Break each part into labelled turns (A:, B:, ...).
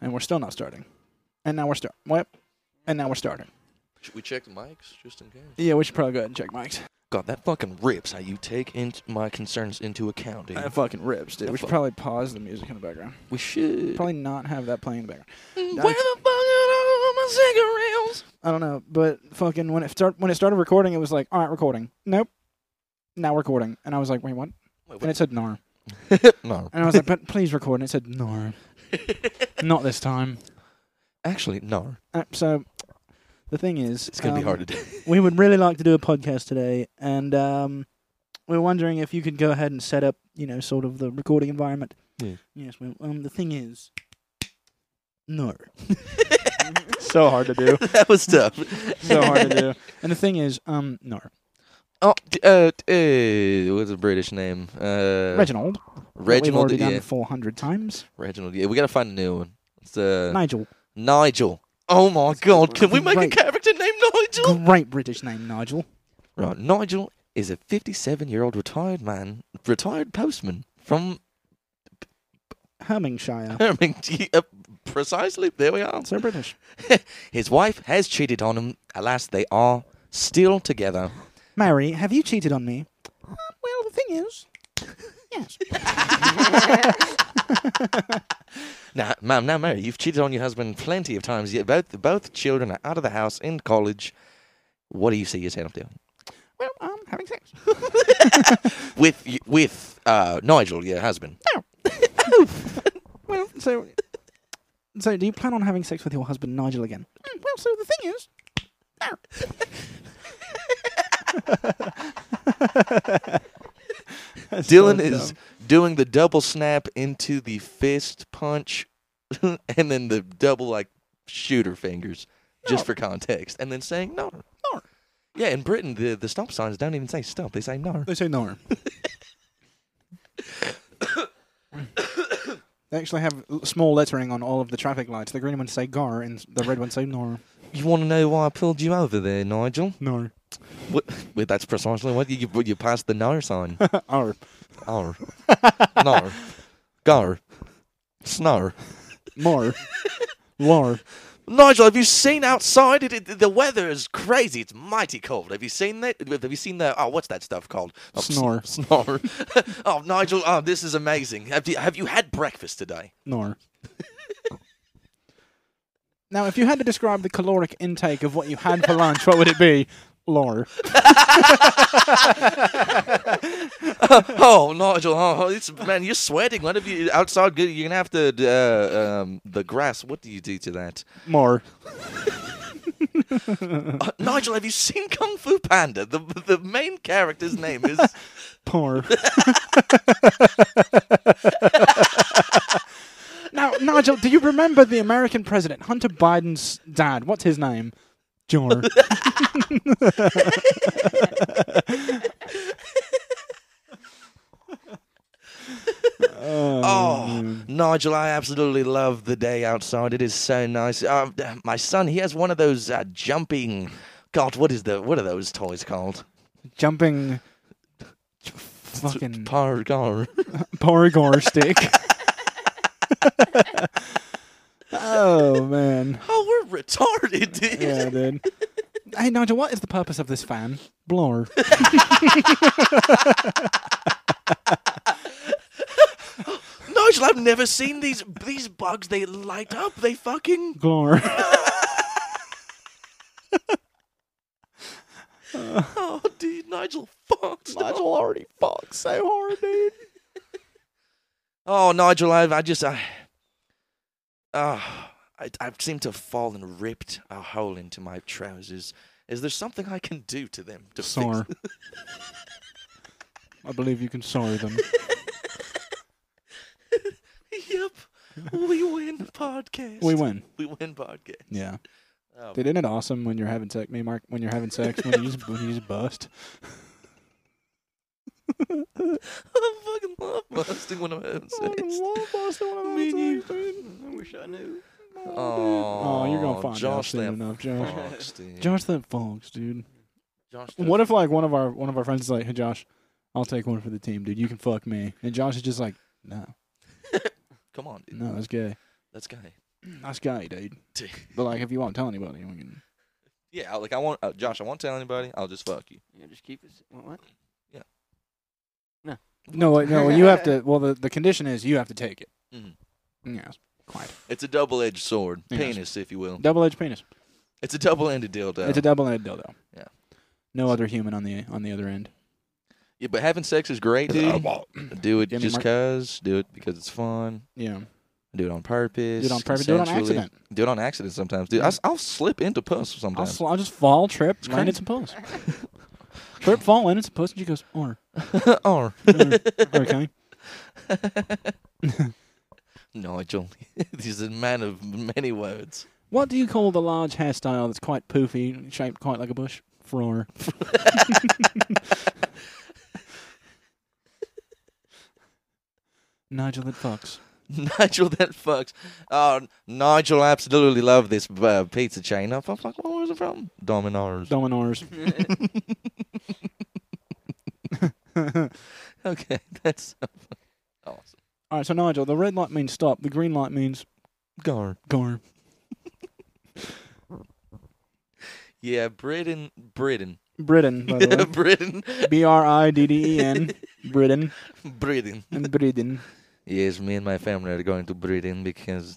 A: and we're still not starting. And now we're start. What? And now we're starting.
B: Should we check the mics just in case?
A: Yeah, we should probably go ahead and check mics.
B: God, that fucking rips how you take in my concerns into account, dude.
A: That fucking rips, dude.
B: That
A: we should
B: fuck-
A: probably pause the music in the background.
B: we should.
A: Probably not have that playing in the background.
B: Where the fuck are all my cigarettes?
A: I don't know, but fucking when it start when it started recording, it was like, all right, recording. Nope. Now recording, and I was like, wait, what?
B: Wait,
A: And it said nar,
B: wait. no.
A: and I was like, but please record. And it said nar, not this time.
B: Actually, no.
A: Uh, so the thing is,
B: It's gonna be
A: um,
B: hard to do.
A: we would really like to do a podcast today, and um, we're wondering if you could go ahead and set up, you know, sort of the recording environment.
B: Yeah.
A: Yes. Well, um, the thing is, no,
C: So hard to do.
B: that was tough.
A: so hard to do. And the thing is, um, no,
B: Oh, d- uh, d- uh, what's a British name? Uh,
A: Reginald. that We've
B: Reginald.
A: already
B: yeah.
A: done four hundred times.
B: Reginald. Yeah, we gotta find a new one. It's uh,
A: Nigel,
B: Nigel. Oh my God! Can we make
A: Great.
B: a character named Nigel?
A: great British name, Nigel.
B: Right, Nigel is a 57-year-old retired man, retired postman from
A: Hermingshire.
B: Birmingham. Uh, precisely, there we are.
A: So British.
B: His wife has cheated on him. Alas, they are still together.
A: Mary, have you cheated on me? Uh, well, the thing is, yes.
B: Now, ma'am, now, Mary, you've cheated on your husband plenty of times. Yet both both children are out of the house in college. What do you see yourself doing
A: Well, I'm having sex.
B: with y- with uh, Nigel, your husband?
A: Well, so. So, do you plan on having sex with your husband Nigel again? Mm, well, so the thing is.
B: Dylan is doing the double snap into the fist punch, and then the double like shooter fingers, just for context, and then saying no, no. Yeah, in Britain, the the stop signs don't even say stop; they say no.
A: They say no. they actually have l- small lettering on all of the traffic lights. The green ones say gar and the red ones say nor.
B: You want to know why I pulled you over there, Nigel?
A: No.
B: What, well, that's precisely what you you passed the no sign.
A: Ar.
B: Ar. Nar. Gar. Snar.
A: More. Lor.
B: Nigel, have you seen outside? It, it- the weather is crazy. It's mighty cold. Have you seen that? Have you seen the? Oh, what's that stuff called? Oh, sn-
A: Snore.
B: Snore. oh, Nigel. Oh, this is amazing. Have you have you had breakfast today?
A: Nor. now, if you had to describe the caloric intake of what you had for lunch, what would it be? Lor.
B: Oh, Nigel. Oh, it's man. You're sweating. One of you outside. Good. You're gonna have to. Uh, um, the grass. What do you do to that?
A: More.
B: Uh, Nigel, have you seen Kung Fu Panda? The the main character's name is.
A: Poor. now, Nigel, do you remember the American president, Hunter Biden's dad? What's his name? Jor.
B: Oh, Nigel, I absolutely love the day outside. It is so nice. Um, my son, he has one of those uh, jumping. God, what is the what are those toys called?
A: Jumping. Fucking
B: Par gar.
A: Porgor stick. oh, man.
B: Oh, we're retarded, dude.
A: Yeah, dude. Hey, Nigel, what is the purpose of this fan? Blur.
B: Nigel, I've never seen these these bugs. They light up. They fucking.
A: Glor.
B: Oh, dude, Nigel fucked.
C: Nigel already fucked so hard, dude.
B: Oh, Nigel, I, I just I. Ah, I I seem to have fallen ripped a hole into my trousers. Is there something I can do to them to fix
A: Sor. I believe you can sorry them.
B: Yep. We win podcast.
A: We win.
B: We win podcast.
A: Yeah.
B: Oh.
A: Dude, isn't it awesome when you're having sex? Me, and Mark, when you're having sex, when you just, when you just bust.
B: I fucking love busting when I'm having sex.
C: Me and you. I wish I knew.
B: Oh,
A: Oh, you're gonna find out
B: Josh
A: soon
B: that
A: enough, Josh.
B: Fox, dude.
A: Josh, that fox, dude.
B: Josh that-
A: What if like one of our one of our friends is like, "Hey, Josh, I'll take one for the team, dude. You can fuck me," and Josh is just like, "No,
B: Come on, dude.
A: no, that's gay."
B: That's gay.
A: nice guy, dude. But like, if you won't tell anybody, we can.
B: yeah, I- like I want uh, Josh. I won't tell anybody. I'll just fuck you.
C: Yeah, just keep it. s- What? what?
A: No, wait, no. You have to. Well, the, the condition is you have to take it.
B: Mhm.
A: Yes, quite.
B: It's a double-edged sword,
A: Yes.
B: penis, if you will.
A: Double edged penis.
B: It's a double-ended dildo.
A: It's a double ended dildo.
B: Yeah.
A: No other human on the on the other end.
B: yeah, but having sex is great, dude. Do it
A: Give me
B: just
A: Mark.
B: cause. Do it because it's fun.
A: Yeah.
B: Do it on purpose.
A: Do it on purpose. Do it on
B: consensually.
A: accident.
B: Do it on accident sometimes, dude. I, will slip into puss
A: I'll,
B: sometimes.
A: sl- I'll just fall, trip,
B: It's
A: land in some post. trip, fall, land in some post, and she goes, "Or
B: or
A: okay."
B: Nigel, he's a man of many words.
A: What do you call the large hairstyle that's quite poofy, shaped quite like a bush? Frore. Nigel, it fucks.
B: Nigel, that fucks. Oh, Nigel, I absolutely love this uh, pizza chain. I thought, fuck, where was it from? Domino's.
A: Dominors.
B: Okay, that's so fucking awesome.
A: All right, so Nigel, the red light means stop. The green light means
B: Gar.
A: go.
B: Yeah, Britain, Britain,
A: Britain, by the way.
B: Britain,
A: B R I D D E N. Britain.
B: Britain.
A: And Britain.
B: Yes, me and my family are going to Britain because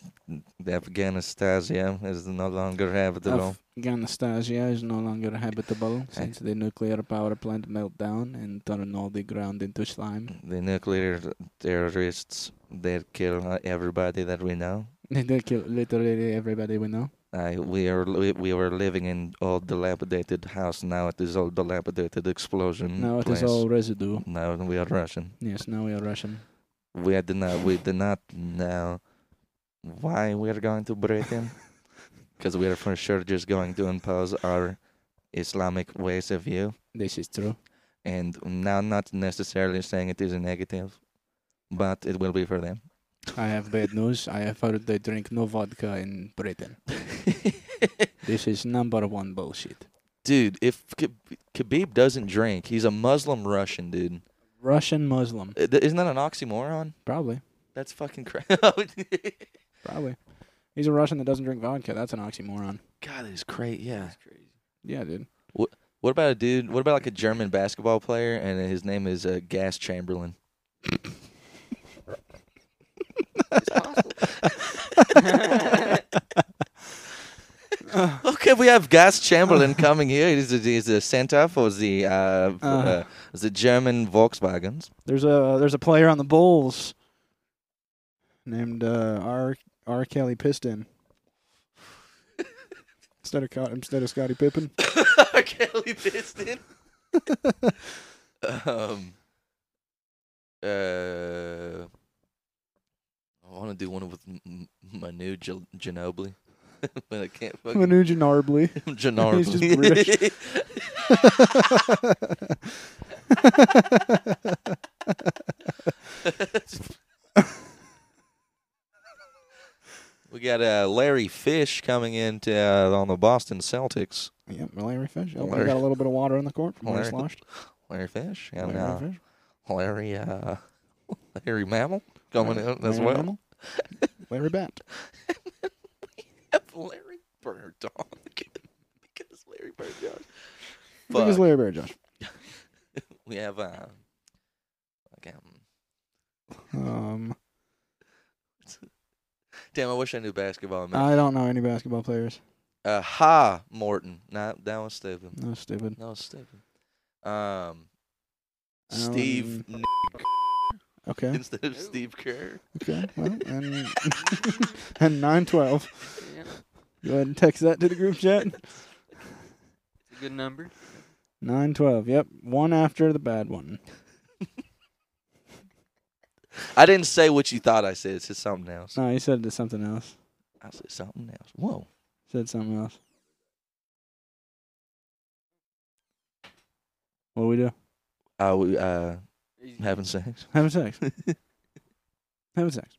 B: the Afghanistan yeah, is no longer habitable.
A: Afghanistan is no longer habitable since the nuclear power plant meltdown and turned all the ground into slime.
B: The nuclear terrorists, they kill uh, everybody that we know.
A: they kill literally everybody we know.
B: I, we are we, we were living in old dilapidated house. Now it is all dilapidated explosion.
A: Now it is
B: place.
A: all residue.
B: Now we are Russian.
A: Yes, now we are Russian.
B: We did not we did not know why we are going to Britain because we are for sure just going to impose our Islamic ways of view.
A: This is true.
B: And now, not necessarily saying it is a negative, but it will be for them.
A: I have bad news. I have heard they drink no vodka in Britain. This is number one bullshit.
B: dude, if K- Khabib doesn't drink, he's a Muslim Russian, dude.
A: Russian Muslim.
B: Uh, th- Isn't that an oxymoron?
A: Probably.
B: That's fucking crap.
A: Probably. He's a Russian that doesn't drink vodka. That's an oxymoron.
B: God, it's crazy. Yeah.
C: That's crazy.
A: Yeah, dude.
B: What about a dude? What about like a German basketball player and his name is uh, Gas Chamberlain?
A: Uh,
B: okay, we have Gas Chamberlain coming here. He's the, he's the center for the uh, uh, the German Volkswagens.
A: There's a there's a player on the Bulls named uh, R R Kelly Piston instead of Co- instead of Scottie Pippen.
B: R. Kelly Piston. um, uh, I want to do one with M- M- Manu Gil- Ginobili, but I can't fucking
A: Manu Ginobili.
B: Ginobili.
A: He's just British.
B: we got uh, Larry Fish coming in to, uh, on the Boston Celtics.
A: Yep, Larry Fish. Yep, we
B: Larry.
A: got a little bit of water on the court. From where he
B: Larry.
A: sloshed.
B: Larry Fish and
A: Larry
B: uh,
A: Fish.
B: Larry uh, Larry Mammal coming
A: Larry-
B: in as
A: Larry
B: well.
A: Mammal. Larry Bat.
B: Larry Bird Dog. because Larry Bird Dog.
A: Big as Larry Bear, Josh.
B: we have uh, like, um,
A: Um,
B: damn, I wish I knew basketball. Man.
A: I don't know any basketball players.
B: Uh, ha Morton. Nah, that was stupid.
A: No stupid.
B: That was stupid. Um,
A: Um,
B: Steve N-
A: Okay.
B: instead of Steve Kerr.
A: Okay. Well, and and nine twelve.
C: Yeah,
A: Go ahead and text that to the group chat.
C: it's a good number.
A: Nine twelve. Yep, one after the bad one.
B: I didn't say what you thought I said. It's just something else.
A: No, he said it to something else.
B: I said something else. Whoa.
A: Said something else. What do we do?
B: I w- uh,
C: He's-
B: having sex.
A: Having sex. Having sex.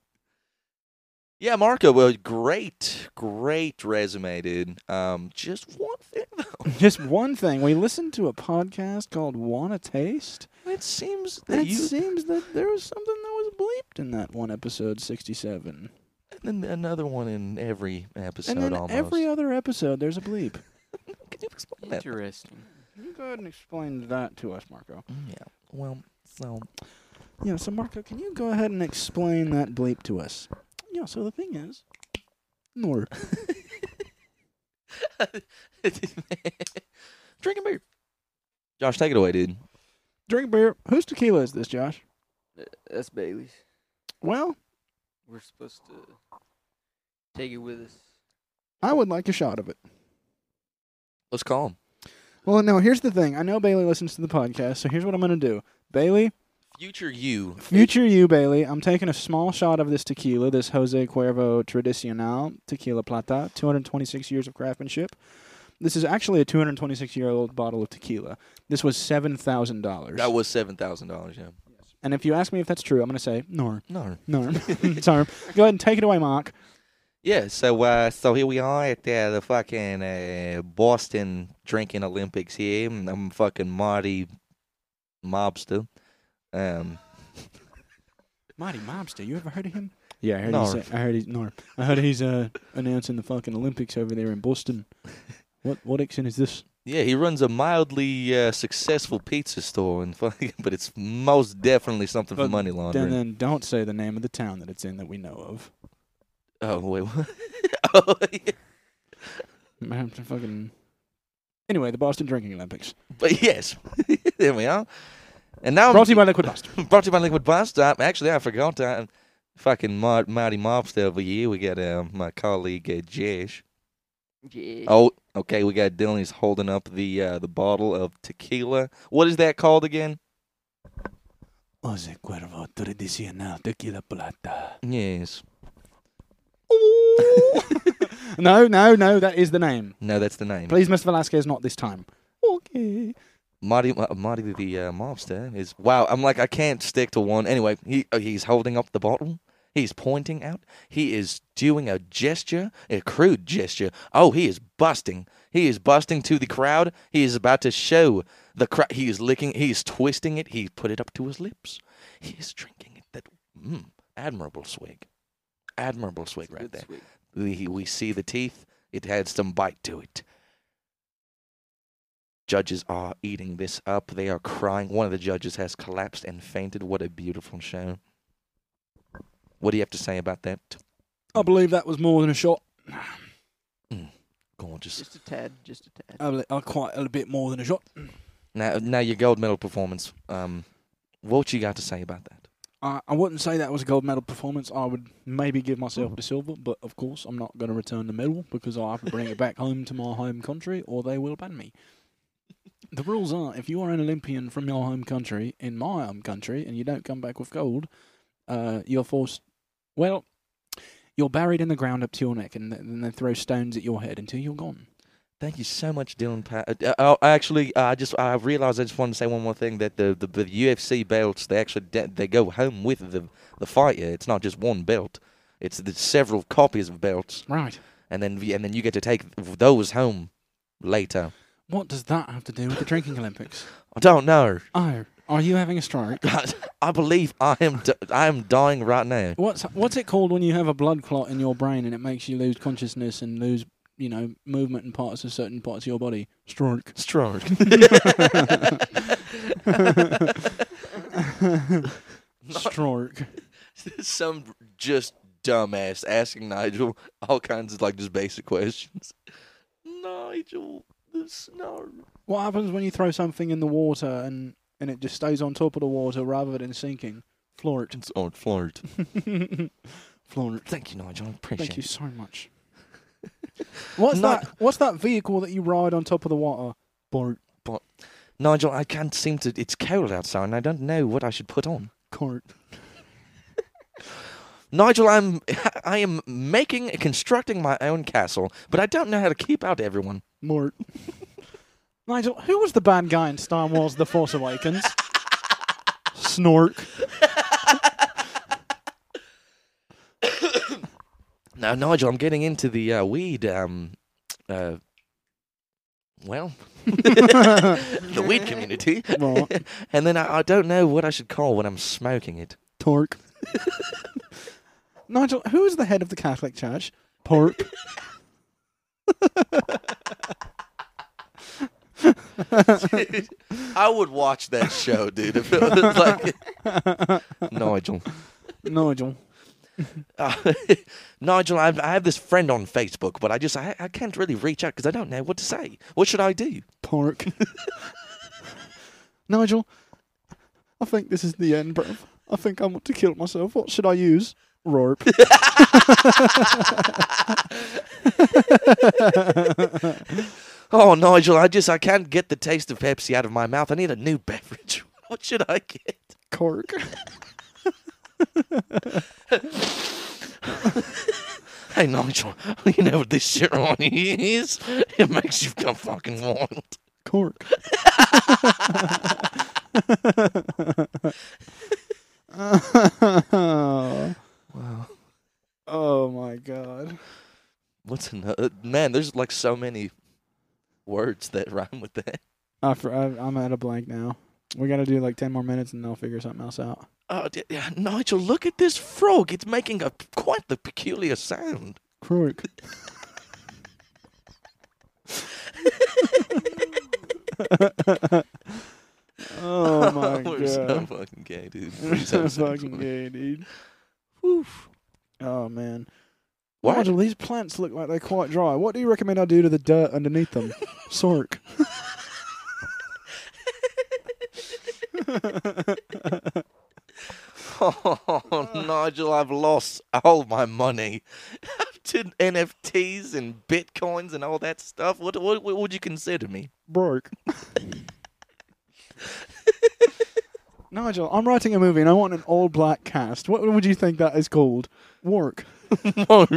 B: Yeah, Marco. Well, great, great resume, dude. Um, just one thing though.
A: Just one thing. We listened to a podcast called Wanna Taste.
B: It seems
A: And
B: that
A: it
B: you
A: seems that there was something that was bleeped in that one episode sixty seven.
B: And then another one in every episode
A: and then
B: almost.
A: every other episode, there's a bleep.
B: Can you explain that?
C: Interesting.
A: You go ahead and explain that to us, Marco.
B: Mm, Yeah. Well, so
A: Yeah, so Marco, can you go ahead and explain that bleep to us? Yeah, so the thing is, nor
B: drinking beer. Josh, take it away, dude.
A: drink beer. Whose tequila is this, Josh?
C: Th- That's Bailey's.
A: Well,
C: We're supposed to take it with us.
A: I would like a shot of it.
B: Let's call him.
A: Well, no, here's the thing. I know Bailey listens to the podcast, so here's what I'm going to do. Bailey,
B: Future you.
A: future you, Bailey, I'm taking a small shot of this tequila, this Jose Cuervo Tradicional Tequila Plata, 226 years of craftsmanship. This is actually a 226 year old bottle of tequila. This was $7,000.
B: That was seven thousand dollars. Yeah.
A: And if you ask me if that's true, I'm going to say, nor,
B: No.
A: nor, sorry. Go ahead and take it away, Mark.
B: Yeah. So, uh, so here we are at uh, the fucking uh, Boston drinking Olympics here. and I'm fucking Marty mobster. Um,
A: Marty Mobster, you ever heard of him? Yeah, I heard
B: Nor.
A: he's. uh, I heard he's. Nor. I heard he's uh, announcing the fucking Olympics over there in Boston. What what accent is this?
B: yeah, he runs a mildly uh, successful pizza store, and fucking, but it's most definitely something for
A: But
B: money
A: Then,
B: laundering.
A: then don't say the name of the town that it's in that we know of.
B: oh wait, what? oh, yeah.
A: I'm gonna have to fucking. Anyway, the Boston Drinking Olympics.
B: but yes, there we are. And now
A: Brought to you
B: I'm,
A: by Liquid Boston.
B: brought to you by Liquid Bust. Uh, actually, I forgot. Uh, fucking Mar- Marty Mobster over here. We got uh, my colleague uh, Josh.
C: Yeah.
B: Oh, okay. We got Dylan. He's holding up the uh, the bottle of tequila. What is that called again?
A: Jose Cuervo Tradicional Tequila Plata.
B: Yes.
A: No, no, no, that is the name.
B: no, that's the name.
A: Please, Mr. Velasquez, not this time. Okay.
B: Marty, uh, Marty the uh, mobster is. Wow, I'm like I can't stick to one. Anyway, he uh, he's holding up the bottle. He's pointing out. He is doing a gesture, a crude gesture. Oh, he is busting. He is busting to the crowd. He is about to show the crowd. He is licking. He is twisting it. He put it up to his lips. He is drinking it. That mm, admirable swig. Admirable swig right
C: Good
B: there.
C: sweet.
B: We, we see the teeth. It had some bite to it. Judges are eating this up. They are crying. One of the judges has collapsed and fainted. What a beautiful show. What do you have to say about that?
A: I believe that was more than a shot.
B: Gorgeous.
C: Just a tad. Just a tad.
A: I, believe, I quite a bit more than a shot.
B: Now, now your gold medal performance. Um, what you got to say about that?
A: I, I wouldn't say that was a gold medal performance. I would maybe give myself the silver, but of course I'm not going to return the medal because I have to bring it back home to my home country or they will ban me. The rules are if you are an Olympian from your home country, in my home country, and you don't come back with gold, uh, you're forced, well, you're buried in the ground up to your neck and th- then they throw stones at your head until you're gone.
B: Thank you so much, Dylan. Pa- uh, uh, oh, actually, uh, I just I realized I just wanted to say one more thing that the the, the UFC belts they actually de- they go home with the the fighter. It's not just one belt; it's the several copies of belts,
A: Right.
B: and then and then you get to take those home later.
A: What does that have to do with the drinking Olympics?
B: I don't know.
A: Oh, are you having a stroke?
B: I believe I am d I am dying right now.
A: What's what's it called when you have a blood clot in your brain and it makes you lose consciousness and lose you know movement in parts of certain parts of your body? Stroke.
B: Strong.
A: Stroke.
B: Some just dumbass asking Nigel all kinds of like just basic questions. Nigel, the snow.
A: What happens when you throw something in the water and and it just stays on top of the water rather than sinking? Floor
B: It's on flirt.
A: it. Floor it.
B: Thank you, Nigel. I appreciate
A: Thank you so much. What's
B: Not-
A: that? What's that vehicle that you ride on top of the water? Boat.
B: it. Nigel, I can't seem to. It's cold outside and I don't know what I should put on.
A: Court.
B: Nigel, I'm. I am making. constructing my own castle, but I don't know how to keep out everyone.
A: Mort. Nigel, who was the bad guy in Star Wars The Force Awakens? Snork.
B: Now, Nigel, I'm getting into the uh, weed. Um, uh, well, the weed community,
A: Right.
B: and then I, I don't know what I should call when I'm smoking it.
A: Torque. Nigel, who is the head of the Catholic Church? Pope.
B: Dude, I would watch that show, dude. If it was like Nigel,
A: Nigel.
B: Uh, Nigel, I, I have this friend on Facebook, but I just I, I can't really reach out because I don't know what to say. What should I do?
A: Pork. Nigel, I think this is the end, bruv. I think I want to kill myself. What should I use? Rope.
B: Oh, Nigel, I just I can't get the taste of Pepsi out of my mouth. I need a new beverage. What should I get?
A: Cork.
B: Hey, Nigel, you know what this shit on is? It makes you come fucking wild.
A: Cork. oh.
B: Wow.
A: oh my god.
B: What's another? Man, there's like so many words that rhyme with that.
A: I, fr- I, I'm at a blank now. We gotta do like 10 more minutes and then I'll figure something else out.
B: Oh, d- yeah, Nigel, look at this frog. It's making a quite the peculiar sound.
A: Croak. oh my
B: We're
A: god.
B: so fucking gay, dude.
A: We're so fucking
B: gay.
A: gay, dude. Oh man.
B: What?
A: Nigel, these plants look like they're quite dry. What do you recommend I do to the dirt underneath them? Sork.
B: Oh,
A: Ah.
B: Nigel, I've lost all my money to NFTs and bitcoins and all that stuff. What, what, what would you consider me?
A: Broke. Nigel, I'm writing a movie and I want an all black cast. What would you think that is called? Work.
B: Mark.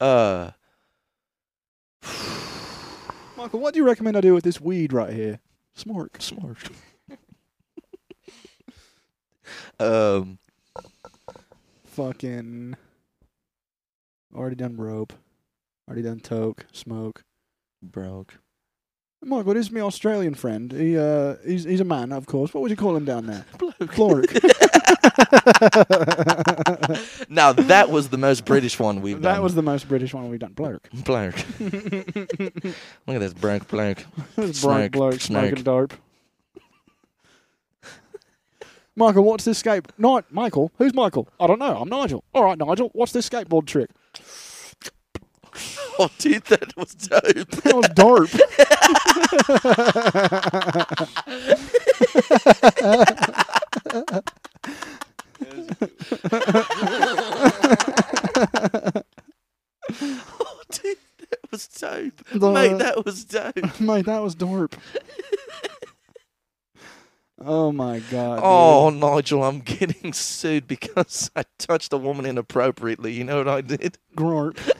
B: uh,
A: Michael, what do you recommend I do with this weed right here? Smork.
B: smart. um,
A: Fucking. Already done rope. Already done toke. Smoke.
B: broke.
A: Michael, this is my Australian friend. He uh, he's he's a man, of course. What would you call him down there? Floric.
B: Now that was the most British one we've
A: that
B: done.
A: was the most British one we've done. Blurk.
B: Blank. Look at this blank blank.
A: Bright
B: Snake,
A: blurk smoking
B: snake.
A: dope. Michael, what's this skate? Ni- Michael, who's Michael? I don't know. I'm Nigel. All right, Nigel, what's this skateboard trick?
B: Oh, dude, that was dope.
A: That was dope.
B: Oh, dude, that was dope.
A: The-
B: Mate, that was dope.
A: Mate, that was dope. oh my god.
B: Oh, Nigel, I'm getting sued because I touched a woman inappropriately. You know what I did?
A: dude. Grorp.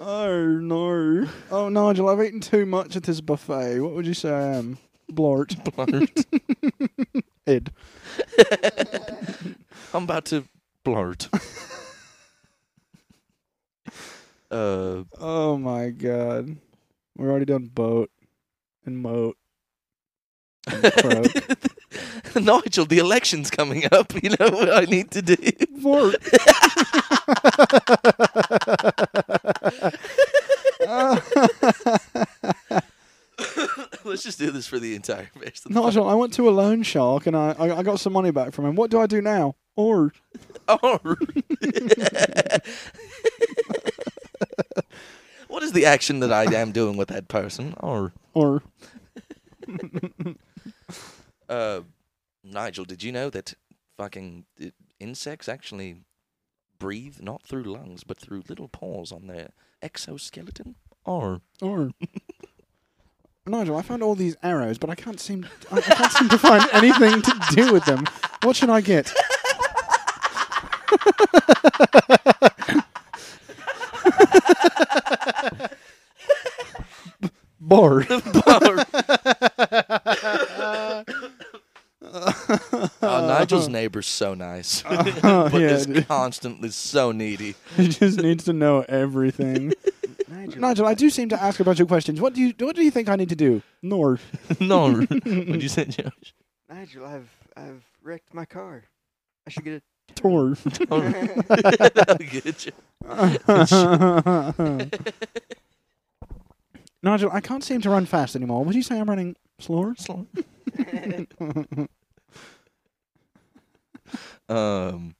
A: oh no. Oh Nigel, I've eaten too much at this buffet. What would you say I am? Blart.
B: Blurt.
A: Ed.
B: I'm about to blurt. uh,
A: Oh my god. We're already done boat and moat. And croak.
B: Nigel, the election's coming up. You know what I need to do?
A: Vort.
B: Let's just do this for the entire rest of the
A: Nigel, I went to a loan shark and I, I, I got some money back from him. What do I do now? Or
B: Oh. what is the action that I am doing with that person? Or
A: or
B: uh, Nigel, did you know that fucking uh, insects actually breathe not through lungs but through little pores on their exoskeleton? Or
A: or Nigel, I found all these arrows, but I can't seem I, I can't seem to find anything to do with them. What should I get? Bored.
B: oh, Nigel's neighbor's so nice,
A: Uh,
B: but
A: yeah,
B: is
A: dude.
B: constantly so needy.
A: he just needs to know everything.
C: Nigel.
A: Nigel, I do seem to ask a bunch of questions. What do you what do you think I need to do? Nor
B: no, would you say Josh?
C: Nigel, I've I've wrecked my car. I should get
A: Tor.
B: Oh, that'll get you.
A: Nigel, I can't seem to run fast anymore. Would you say I'm running slower?
B: Slow.
C: a.
B: Um,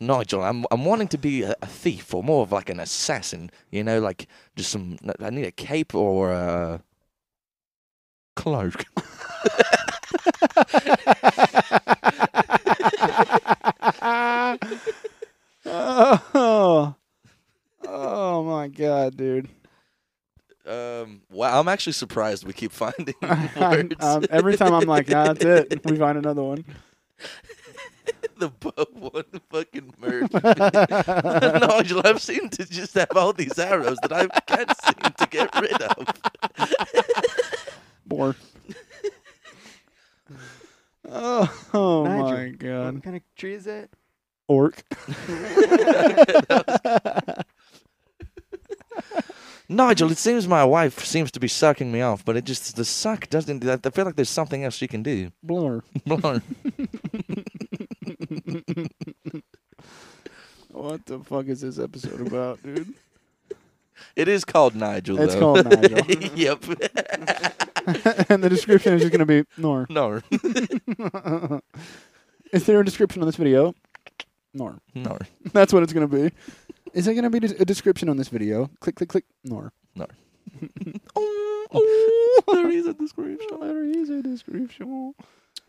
B: Nigel, I'm I'm wanting to be a, a thief or more of like an assassin. You know, like just some. I need a cape or a cloak.
A: oh. oh my god, dude.
B: Um, wow, I'm actually surprised we keep finding
A: I'm-
B: words.
A: um, every time I'm like, nah, that's it. We find another one.
B: the boat one fucking merge. Nigel, I've seemed to just have all these arrows that I can't seem to get rid of.
A: More. Oh, oh
C: Nigel.
A: my god.
C: what kind of tree is that?
A: Orc.
B: Nigel, it seems my wife seems to be sucking me off, but it just the suck doesn't. I I feel like there's something else she can do.
A: Blur.
B: Blarn.
A: What the fuck is this episode about, dude?
B: it is called Nigel.
A: It's
B: though.
A: called Nigel.
B: yep.
A: and the description is just going to be Nor.
B: Nor.
A: Is there a description on this video? Nor.
B: Nor.
A: That's what it's going to be. Is there going to be a description on this video? Click, click, click. Nor.
B: Oh, oh, there is a description.
A: There is a description.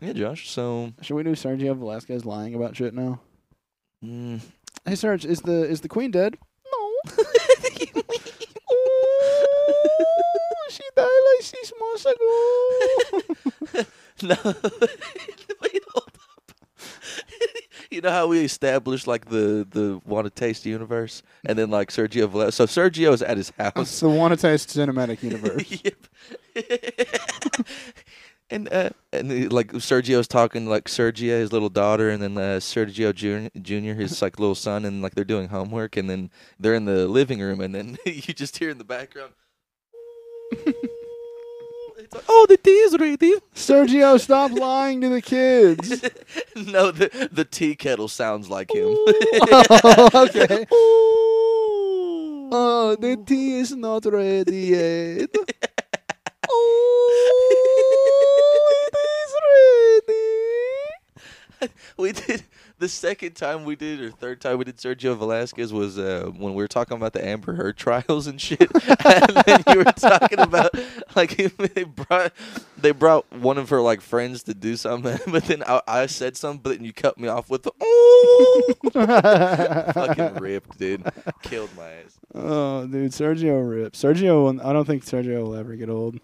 B: Yeah, Josh. So,
A: Should we do Sergio Velasquez lying about shit now?
B: mm,
A: Hey, Serge, is the is the queen dead? No. she died like six months ago.
B: no. Wait, hold up. you know how we established like the the want to taste universe, and then like Sergio. Vela- so Sergio is at his house.
A: It's the Wanna Taste cinematic universe.
B: yep. and uh, and uh, like Sergio's talking like Sergio, his little daughter, and then uh, Sergio Jun- Junior, his like little son, and like they're doing homework, and then they're in the living room, and then you just hear in the background. It's like, oh, the tea is ready.
A: Sergio, stop lying to the kids.
B: no, the the tea kettle sounds like him.
A: okay. Oh, the tea is not ready yet. oh, it is
B: we did the second time we did or third time we did Sergio Velasquez was uh, when we were talking about the Amber Heard trials and shit, and then you were talking about like they brought they brought one of her like friends to do something, but then I, I said something, but then you cut me off with the oh, fucking ripped, dude, killed my ass.
A: oh, dude, Sergio rips. Sergio, will- I don't think Sergio will ever get old.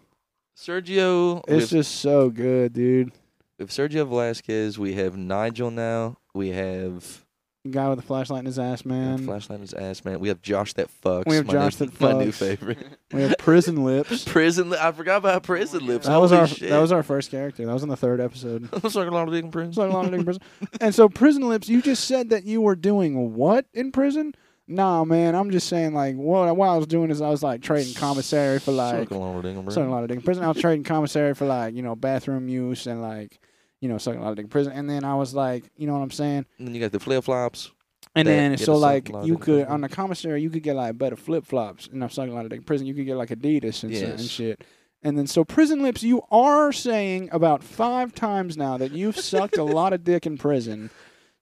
B: Sergio,
A: It's
B: if,
A: just so good, dude.
B: if Sergio Velasquez, we have Nigel now, we have.
A: Guy with a flashlight in his ass,
B: Man.
A: man.
B: Flashlight in his ass, man. We have Josh that fucks.
A: We have
B: my
A: Josh
B: new,
A: that
B: My new
A: fucks.
B: favorite.
A: We have prison lips.
B: Prison. Li- I forgot about prison lips.
A: That was
B: Holy
A: our
B: Shit.
A: that was our first character. That was in the third episode.
B: Looks like a lot of dick in prison.
A: So I landed in prison. And so prison lips, you just said that you were doing what in prison? Nah, man, I'm just saying like what, what I was doing is I was like trading commissary for like
B: Suck a lot of dick in
A: sucking a
B: prison.
A: lot of dick in prison. I was trading commissary for like you know bathroom use and like you know sucking a lot of dick in prison. And then I was like, you know what I'm saying?
B: And then you got the flip flops.
A: And
B: That
A: then
B: get
A: so
B: us sucking
A: like
B: a lot of
A: you
B: dick in
A: could
B: prison.
A: on the commissary you could get like better flip flops. And I'm sucking a lot of dick in prison. You could get like Adidas and, so- and
B: Yes.
A: shit. And then so prison lips, you are saying about five times now that you've sucked a lot of dick in prison.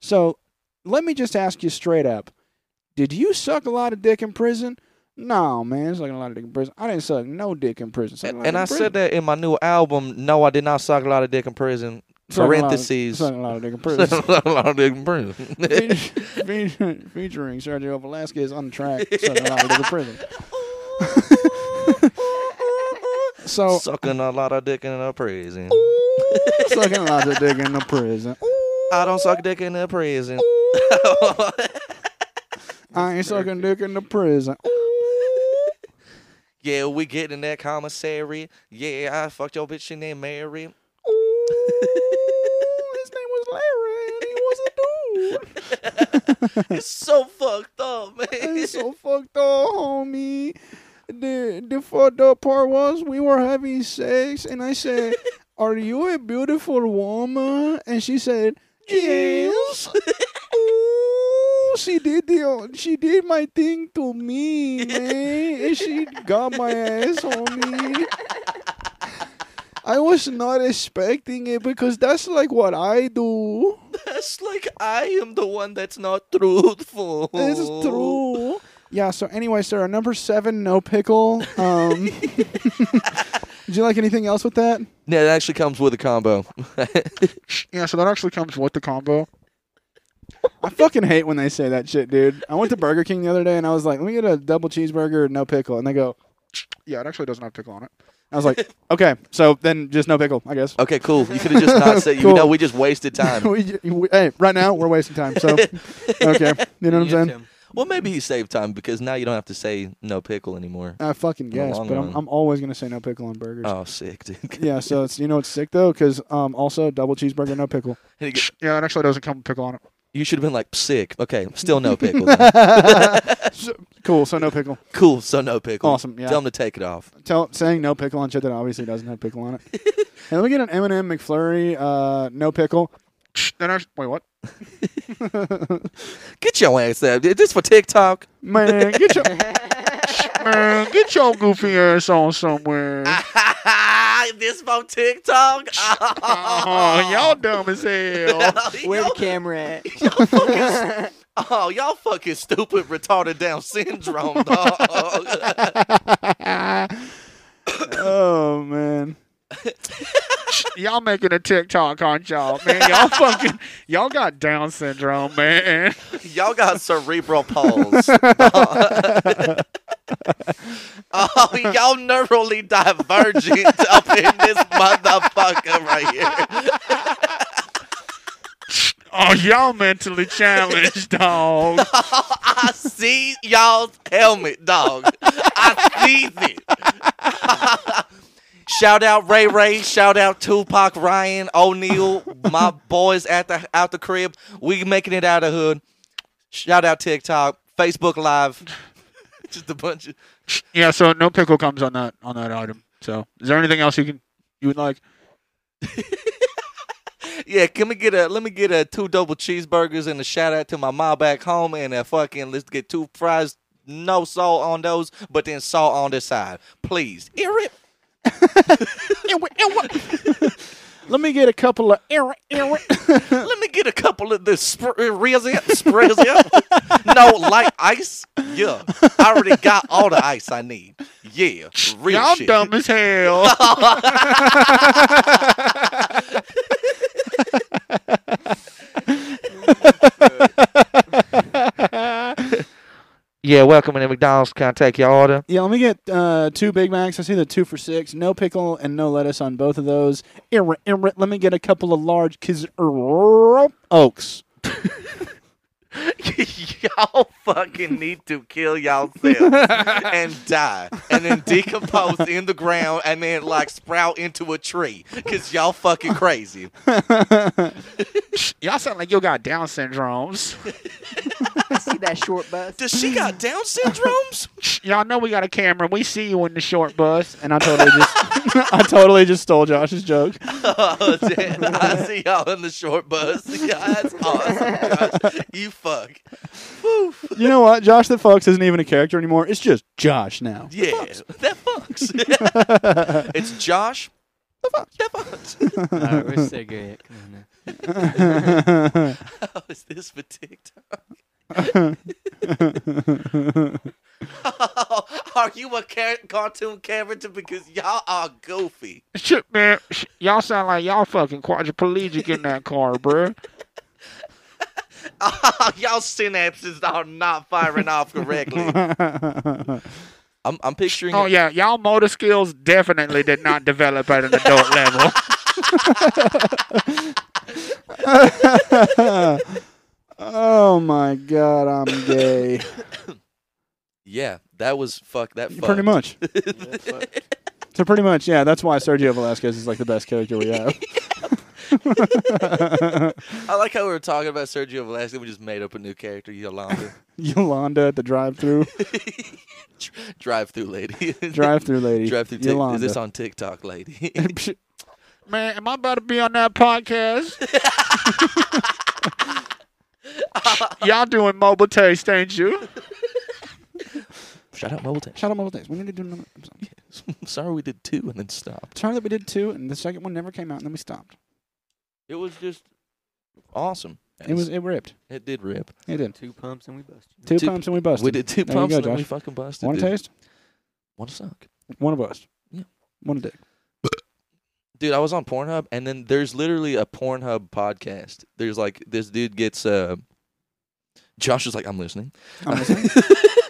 A: So let me just ask you straight up. Did you suck a lot of dick in prison? No, man, sucking a lot of dick in prison. I didn't suck no dick in prison. Sucked a lot
B: And
A: of
B: I
A: dick in
B: said
A: prison.
B: that in my new album. No, I did not suck a lot of dick in prison.
A: Sucking a lot of-
B: Parentheses.
A: Sucking a lot of dick in
B: Suck
A: prison.
B: a lot of dick in prison.
A: Feature- feature- Featuring Sergio Velasquez on the track, sucking a lot of dick in prison. So
B: Sucking a lot of dick in a prison.
A: sucking a lot of dick in the prison.
B: I don't suck dick in a prison.
A: I ain't sucking dick in the prison.
B: Yeah, we get in that commissary. Yeah, I fucked your bitch named Mary.
A: Ooh, his name was Larry, and he was a dude.
B: It's so fucked up, man.
A: It's so fucked up, homie. The the fucked up part was we were having sex, and I said, "Are you a beautiful woman?" And she said, "Yes." Ooh, she did the she did my thing to me, man. And she got my ass, homie. I was not expecting it because that's like what I do.
B: That's like I am the one that's not truthful.
A: It's true. Yeah. So anyway, sir, number seven, no pickle. Um, did you like anything else with that?
B: Yeah, it actually comes with a combo.
A: Yeah. So that actually comes with the combo. I fucking hate when they say that shit, dude. I went to Burger King the other day and I was like, "Let me get a double cheeseburger, no pickle," and they go, "Yeah, it actually doesn't have pickle on it." I was like, "Okay, so then just no pickle, I guess."
B: okay, cool. You could have just not said. You
A: Cool.
B: know, we just wasted time.
A: we, we, hey, right now we're wasting time. So okay, you know what I'm saying?
B: Well, maybe he saved time because now you don't have to say no pickle anymore.
A: I fucking
B: the
A: guess,
B: long
A: but I'm,
B: run.
A: I'm always gonna say no pickle on burgers.
B: Oh, sick, dude.
A: Yeah, so it's you know it's sick though, because um also double cheeseburger no pickle.
B: And he go-
A: Yeah, it actually doesn't come with pickle on
B: You should have been like sick. Okay, still no pickle. then.
A: it. So- cool, so no pickle.
B: cool, so no pickle.
A: Awesome, yeah.
B: Tell him to take it off.
A: Tell saying no pickle on shit that obviously doesn't have pickle on it. And let me get an M and M McFlurry, uh, no pickle. Then I wait, what?
B: Get your ass out. Is this for TikTok?
A: Man, get your man, get your goofy ass on somewhere.
B: this for TikTok?
A: Oh, y'all dumb as hell.
C: Where the camera at?
B: Oh, y'all fucking stupid, retarded down syndrome, dog.
A: oh man.
D: y'all making a TikTok, aren't y'all? Man, y'all fucking, y'all got Down syndrome, man.
B: y'all got cerebral palsy. oh, y'all neurally divergent up in this motherfucker right here.
D: Oh, y'all mentally challenged, dog.
B: I see y'all's helmet, dog. I see it. shout out Ray Ray. Shout out Tupac, Ryan, O'Neal, my boys at the out the crib. We making it out of hood. Shout out TikTok, Facebook Live. Just a bunch of.
D: Yeah, so no pickle comes on that on that item. So, is there anything else you can you would like?
B: Yeah, can we get a let me get a two double cheeseburgers and a shout out to my mom back home and a fucking let's get two fries, no salt on those, but then salt on the side, please. Ear it.
A: Let me get a couple of error, error.
B: Let me get a couple of this uh, sp- rizzy, sprizzy. no, light ice. Yeah, I already got all the ice I need. Yeah, real
D: Y'all
B: shit.
D: dumb as hell. yeah, welcome to McDonald's. Can I take your order?
A: Yeah, let me get uh, two Big Macs. I see the two for six, no pickle and no lettuce on both of those. Irra, irra, let me get a couple of large kiz oaks.
B: y'all fucking need to kill yourselves and die and then decompose in the ground and then like sprout into a tree because y'all fucking crazy
D: Y'all sound like you got Down syndromes.
C: See that short bus?
B: does she got down syndromes
D: Y'all know we got a camera. We see you in the short bus.
A: And I totally just, I totally just stole Josh's joke.
B: oh damn i see y'all in the short bus yeah that's awesome Josh. you fuck
A: You know what? Josh the Fox isn't even a character anymore. It's just Josh now.
B: yeah that fucks it's josh that fucks
C: Alright, where's the cigarette? Come on now.
B: How Oh, is this for TikTok? are you a car- cartoon character? Because y'all are goofy.
D: Shit, man. sh- Y'all sound like y'all fucking quadriplegic in that car, bruh.
B: y'all synapses are not firing off correctly. I'm, I'm picturing.
D: Oh, yeah. Y'all motor skills definitely did not develop at an adult level.
A: oh my God, I'm gay.
B: yeah, That was fuck. That
A: Pretty
B: fucked.
A: much.
C: Yeah, fuck.
A: So pretty much, yeah. That's why Sergio Velasquez is like the best coach we have.
B: I like how we were talking about Sergio Velasquez. We just made up a new character, Yolanda,
A: Yolanda at the drive-through,
B: drive-through lady,
A: drive-through lady.
B: drive-through. Tic-
A: Yolanda.
B: is this on TikTok, lady?
D: Man, am I about to be on that podcast? Y'all doing mobile taste, ain't you?
B: Shout out Mobile Tech.
A: Shout out Mobile Days. We need to do another episode.
B: Sorry, we did two and then stopped.
A: Sorry that we did two, and the second one never came out, and then we stopped.
B: It was just awesome.
A: It was it ripped.
B: It did rip.
A: It did.
C: Two pumps and we busted.
A: Two,
B: Two-
A: pumps and we busted.
B: We did two
A: There you
B: pumps
A: go,
B: and then we
A: Josh.
B: fucking busted.
A: One
B: dude.
A: taste,
B: One suck.
A: one a bust.
B: Yeah.
A: One a dick.
B: Dude, I was on Pornhub and then there's literally a Pornhub podcast. There's like this dude gets uh Josh is like, I'm listening.
A: I'm listening.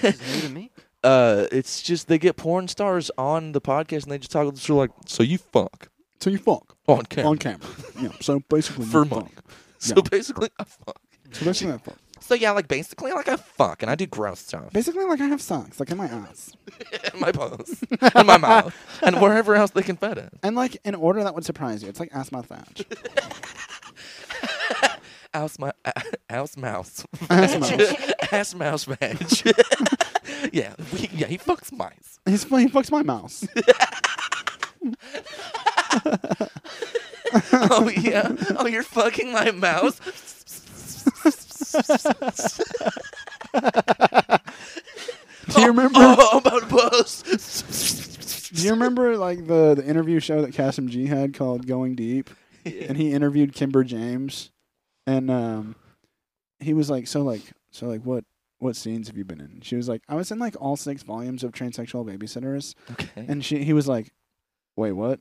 C: This is new to me.
B: Uh it's just they get porn stars on the podcast and they just talk through like, so you fuck
A: so you fuck
B: on camera.
A: on camera. Yeah. So basically, you
B: For
A: fuck.
B: money. So
A: yeah.
B: basically I fuck.
A: So basically, I fuck.
B: So yeah, like basically like I fuck and I do gross stuff.
A: Basically, like I have socks, like in my ass,
B: in my balls. in my mouth. And wherever else they can fit in.
A: and like in order that would surprise you. It's like ass mouth vag.
B: Ass my ass uh, mouse.
A: Ass mouth.
B: ass mouse badge. yeah, we, yeah, he fucks mice.
A: He's fu- he fucks my mouse.
B: Oh yeah. Oh, you're fucking my mouse.
A: Do you remember?
B: oh, I'm about to bust.
A: Do you remember like the, the interview show that Kasim G had called Going Deep? And he interviewed Kimber James and um he was like, So like so like what what scenes have you been in? She was like, I was in like all six volumes of Transsexual Babysitters
B: Okay.
A: and she he was like, Wait, what?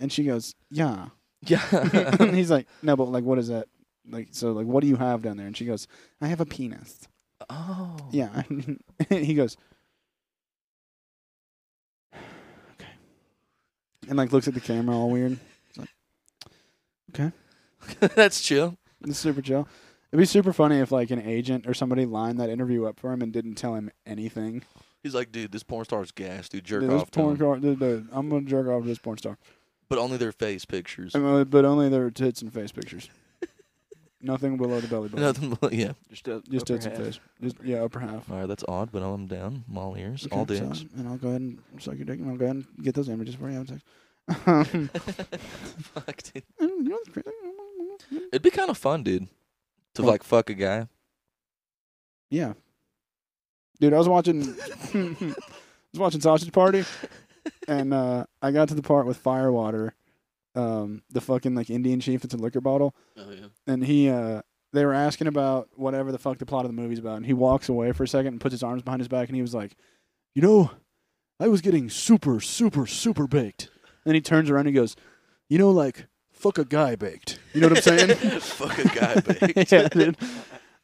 A: And she goes, Yeah. and
B: yeah.
A: he's like, No, but like what is that? Like so like what do you have down there? And she goes, I have a penis.
B: oh.
A: Yeah. he goes, okay. And like looks at the camera all weird.
B: That's chill.
A: It's super chill. It'd be super funny if like an agent or somebody lined that interview up for him and didn't tell him anything.
B: He's like, dude, this porn star's gas, dude. Jerk
A: Dude, this
B: off to
A: porn
B: him.
A: star- dude, dude, I'm gonna jerk off to this porn star,
B: but only their face pictures.
A: I mean, but only their tits and face pictures. Nothing below the belly button.
B: Nothing. But, yeah.
C: Just, up,
A: Just
C: upper
A: tits and
C: half.
A: face. Just, yeah, upper half.
B: All right, that's odd, but I'm down. I'm all ears,
A: Okay,
B: all
A: so-
B: dicks.
A: and I'll go ahead and suck your dick, and I'll go ahead and get those images for you. I'm like, um,
B: Fuck, dude.
A: you know what's crazy?
B: It'd be kind of fun, dude, to
A: What?
B: like fuck a guy.
A: Yeah. Dude, I was watching I was watching Sausage Party and uh I got to the part with Firewater, um, the fucking like Indian chief that's a liquor bottle.
B: Oh yeah.
A: And he uh they were asking about whatever the fuck the plot of the movie's about, and he walks away for a second and puts his arms behind his back and he was like, You know, I was getting super, super, super baked. And he turns around and he goes, You know, like fuck a guy baked. You know what I'm saying?
B: fuck a guy, babe.
A: yeah, dude.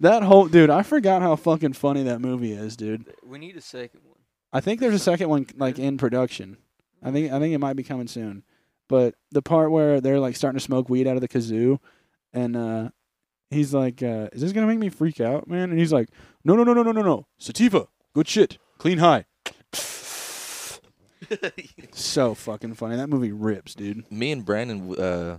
A: That whole dude, I forgot how fucking funny that movie is, dude.
C: Th- We need a second one.
A: I think there's a second one like in production. I think I think it might be coming soon. But the part where they're like starting to smoke weed out of the kazoo, and uh, he's like, uh, "Is this gonna make me freak out, man?" And he's like, "No, no, no, no, no, no, no, sativa, good shit, clean high." So fucking funny. That movie rips, dude.
B: Me and Brandon, uh,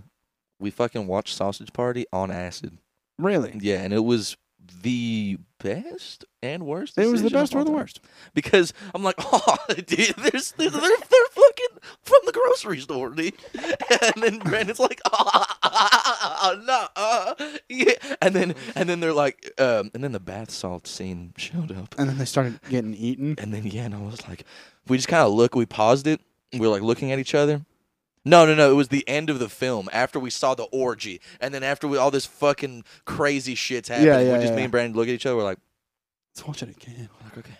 B: we fucking watched Sausage Party on acid.
A: Really,
B: Yeah, and it was the best and worst.
A: it was the
B: decision of
A: best or
B: all
A: the
B: time.
A: worst.
B: Because I'm like, oh, dude, there's, they're, they're, they're fucking from the grocery store, dude. And then Brandon's like, oh, no, uh, yeah. And then and then they're like, um, and then the bath salt scene showed up.
A: And then they started getting eaten.
B: And then yeah, and I was like, we just kind of look. We paused it. We were like looking at each other. No, no, no. It was the end of the film after we saw the orgy, and then after we, all this fucking crazy shit's happening.
A: yeah,
B: we just
A: yeah.
B: me and Brandon look at each other. We're like,
A: Let's watch it again.
B: we're like okay,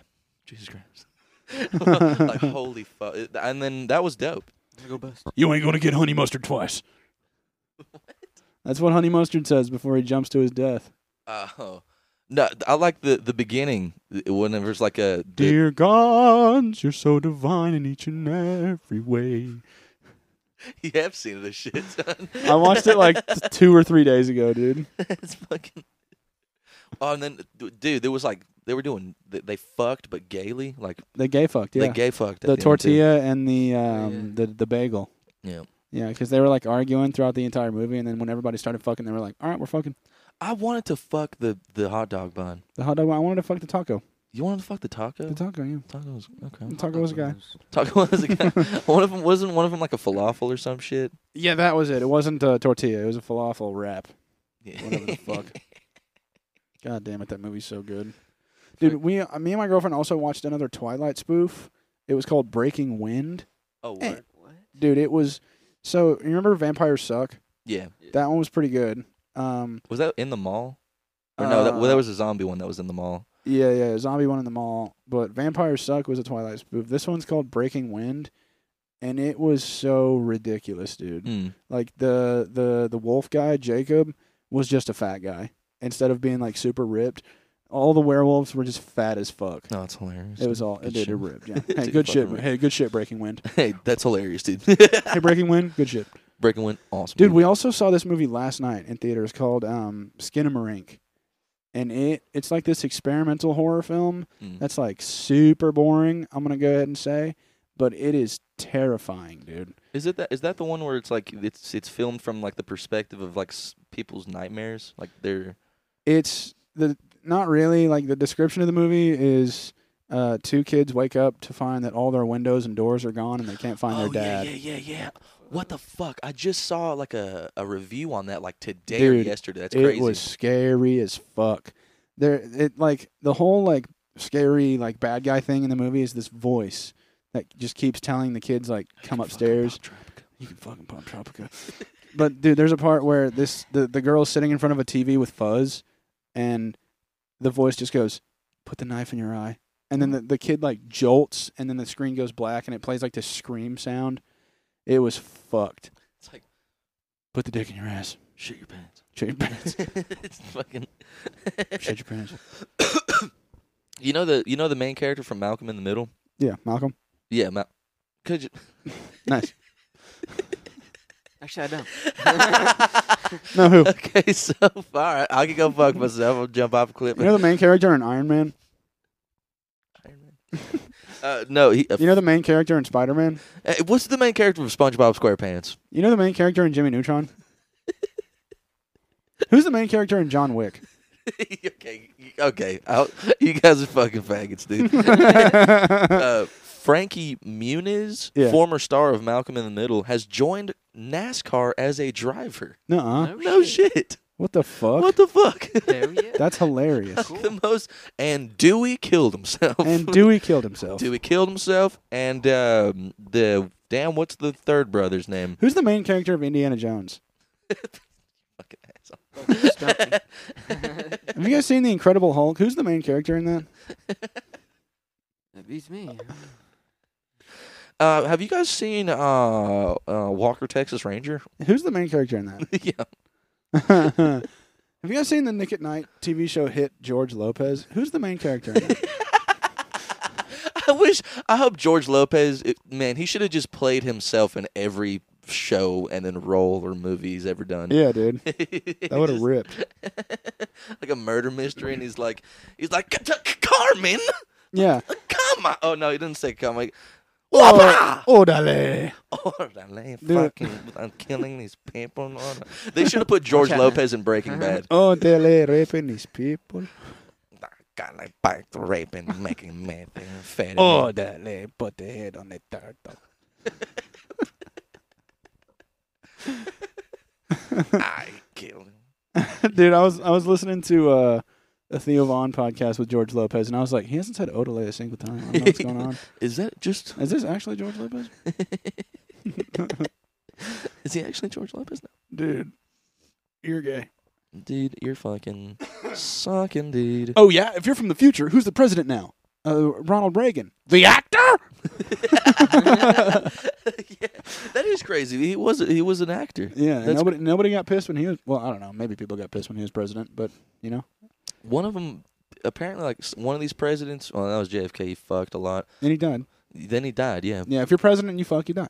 B: Jesus Christ, like holy fuck. And then that was dope.
C: I'm gonna go bust.
A: You ain't gonna get honey mustard twice. That's what honey mustard says before he jumps to his death.
B: Uh, oh. No, I like the the beginning whenever it's like a the-
A: Dear gods, you're so divine in each and every way.
B: yeah, I've seen this shit. Son.
A: I watched it like t- two or three days ago, dude.
B: it's fucking. Oh, and then d- dude, there was like they were doing they, they fucked but gaily, like
A: They gay fucked. Yeah.
B: they gay fucked.
A: the
B: at the end, too.
A: tortilla and the um
C: yeah.
A: the the bagel.
B: Yeah.
A: Yeah, because they were like arguing throughout the entire movie, and then when everybody started fucking, they were like, "All right, we're fucking."
B: I wanted to fuck the the hot dog bun.
A: The hot dog. I wanted to fuck the taco.
B: You wanted to fuck the taco?
A: The taco. Yeah.
B: taco was okay.
A: The taco was a guy.
B: Taco was a guy. one of them wasn't one of them like a falafel or some shit.
A: Yeah, that was it. It wasn't a tortilla. It was a falafel wrap. Whatever the fuck. God damn it, that movie's so good. Dude, we uh, me and my girlfriend also watched another Twilight spoof. It was called Breaking Wind.
B: Oh what?
A: Eh.
C: What?
A: Dude, it was so you remember Vampires Suck?
B: Yeah.
A: That one was pretty good. Um
B: Was that in the mall? Or no, that, well,
A: uh,
B: that was a zombie one that was in the mall.
A: Yeah, yeah, zombie one in the mall, but Vampires Suck was a Twilight spoof. This one's called Breaking Wind, and it was so ridiculous, dude.
B: Mm.
A: Like the the the wolf guy Jacob was just a fat guy instead of being like super ripped. All the werewolves were just fat as fuck.
B: No, it's hilarious.
A: It was all
B: Good
A: it did it
B: shit.
A: ripped. Yeah. Hey,
B: Dude,
A: good shit.
B: fucking ripped.
A: Hey, good shit. Breaking Wind.
B: Hey, that's hilarious, dude.
A: Hey, Breaking Wind. Good shit,
B: Breaking went awesome.
A: dude. We also saw this movie last night in theaters called um, Skinamarink, and it it's like this experimental horror film
B: Mm.
A: that's like super boring. I'm gonna go ahead and say, but it is terrifying, dude.
B: Is it that? Is that the one where it's like it's it's filmed from like the perspective of like s- people's nightmares, like their
A: It's the not really like the description of the movie is. Uh, two kids wake up to find that all their windows and doors are gone, and they can't find their dad.
B: Oh, Yeah, yeah, yeah, yeah. What the fuck? I just saw like a, a review on that like today
A: Dude,
B: or yesterday. That's
A: it
B: crazy.
A: was scary as fuck. There, it like the whole like scary like bad guy thing in the movie is this voice that just keeps telling the kids like come upstairs. You can fucking pop Tropica. but dude, there's a part where this the the girl's sitting in front of a TV with fuzz, and the voice just goes, "Put the knife in your eye." And then the, the kid like jolts, and then the screen goes black, and it plays like this scream sound. It was fucked.
B: It's like
A: Put the dick in your ass.
B: shit your pants.
A: Shut your pants.
B: it's fucking.
A: Shut your pants.
B: you know the you know the main character from Malcolm in the Middle.
A: Yeah, Malcolm.
B: Yeah, Mal. Could you?
A: Nice.
C: Actually, I don't.
A: No, who?
B: okay, so all right, I can go fuck myself. I'll jump off a cliff.
A: You know the main character in Iron Man?
B: uh, no, he,
A: You know the main character in Spider Man?
B: uh, what's the main character of SpongeBob SquarePants?
A: You know the main character in Jimmy Neutron? Who's the main character in John Wick?
B: okay, y- okay. I'll, you guys are fucking faggots, dude. uh, Frankie Muniz,
A: Yeah.
B: former star of Malcolm in the Middle, has joined NASCAR as a driver.
A: Nuh uh.
B: No shit.
A: What the fuck?
B: What the fuck?
C: Hell yeah.
A: That's hilarious.
C: Cool.
B: the most. And Dewey killed himself.
A: and Dewey killed himself.
B: Dewey killed himself. And um, the damn, what's the third brother's name?
A: Who's the main character of Indiana Jones?
B: Fucking asshole.
C: Fucking stumpy.
A: Have you guys seen The Incredible Hulk? Who's the main character in that?
C: That beats me.
B: Uh, have you guys seen uh, uh, Walker Texas Ranger?
A: Who's the main character in that?
B: yeah.
A: Have you guys seen the Nick at Night TV show hit George Lopez? Who's the main character in that?
B: I wish. I hope George Lopez. It, man, he should have just played himself in every show and then role or movie he's ever done.
A: yeah, dude.
B: that
A: That would have ripped.
B: like a murder mystery, and he's like, he's like, "C- c- Carmen,
A: Yeah.
B: come on. Oh no, he didn't say come. Like,
A: Oh,
B: Wapa!
A: orderly.
B: Oh, I'm
A: Dude.
B: fucking, I'm killing these people. Oh, no. They should have put George Lopez in Breaking Bad.
A: Oh, Orderly, raping these people.
B: God, like back raping, making meth, and fed.
A: Oh, Orderly, put the head on the turtle.
B: I kill him.
A: Dude, I was I was listening to uh, a Theo Vaughn podcast with George Lopez, and I was like, he hasn't said Orderly a single time. I don't know what's going on.
B: Is that just?
A: Is this actually George Lopez?
B: Is he actually George Lopez?
A: Dude, you're gay.
B: Dude, you're fucking sucking, dude.
A: Oh yeah, if you're from the future, who's the president now? Uh, Ronald Reagan, the actor.
B: yeah, that is crazy. He was he was an actor.
A: Yeah, and
B: That's-
A: nobody nobody got pissed when he was. Well, I don't know. Maybe people got pissed when he was president, but you know,
B: One of them, apparently, like s- one of these presidents. Well, that was JFK. He fucked a lot.
A: then he died.
B: Then he died. Yeah,
A: Yeah, if you're president, and you fuck, you die.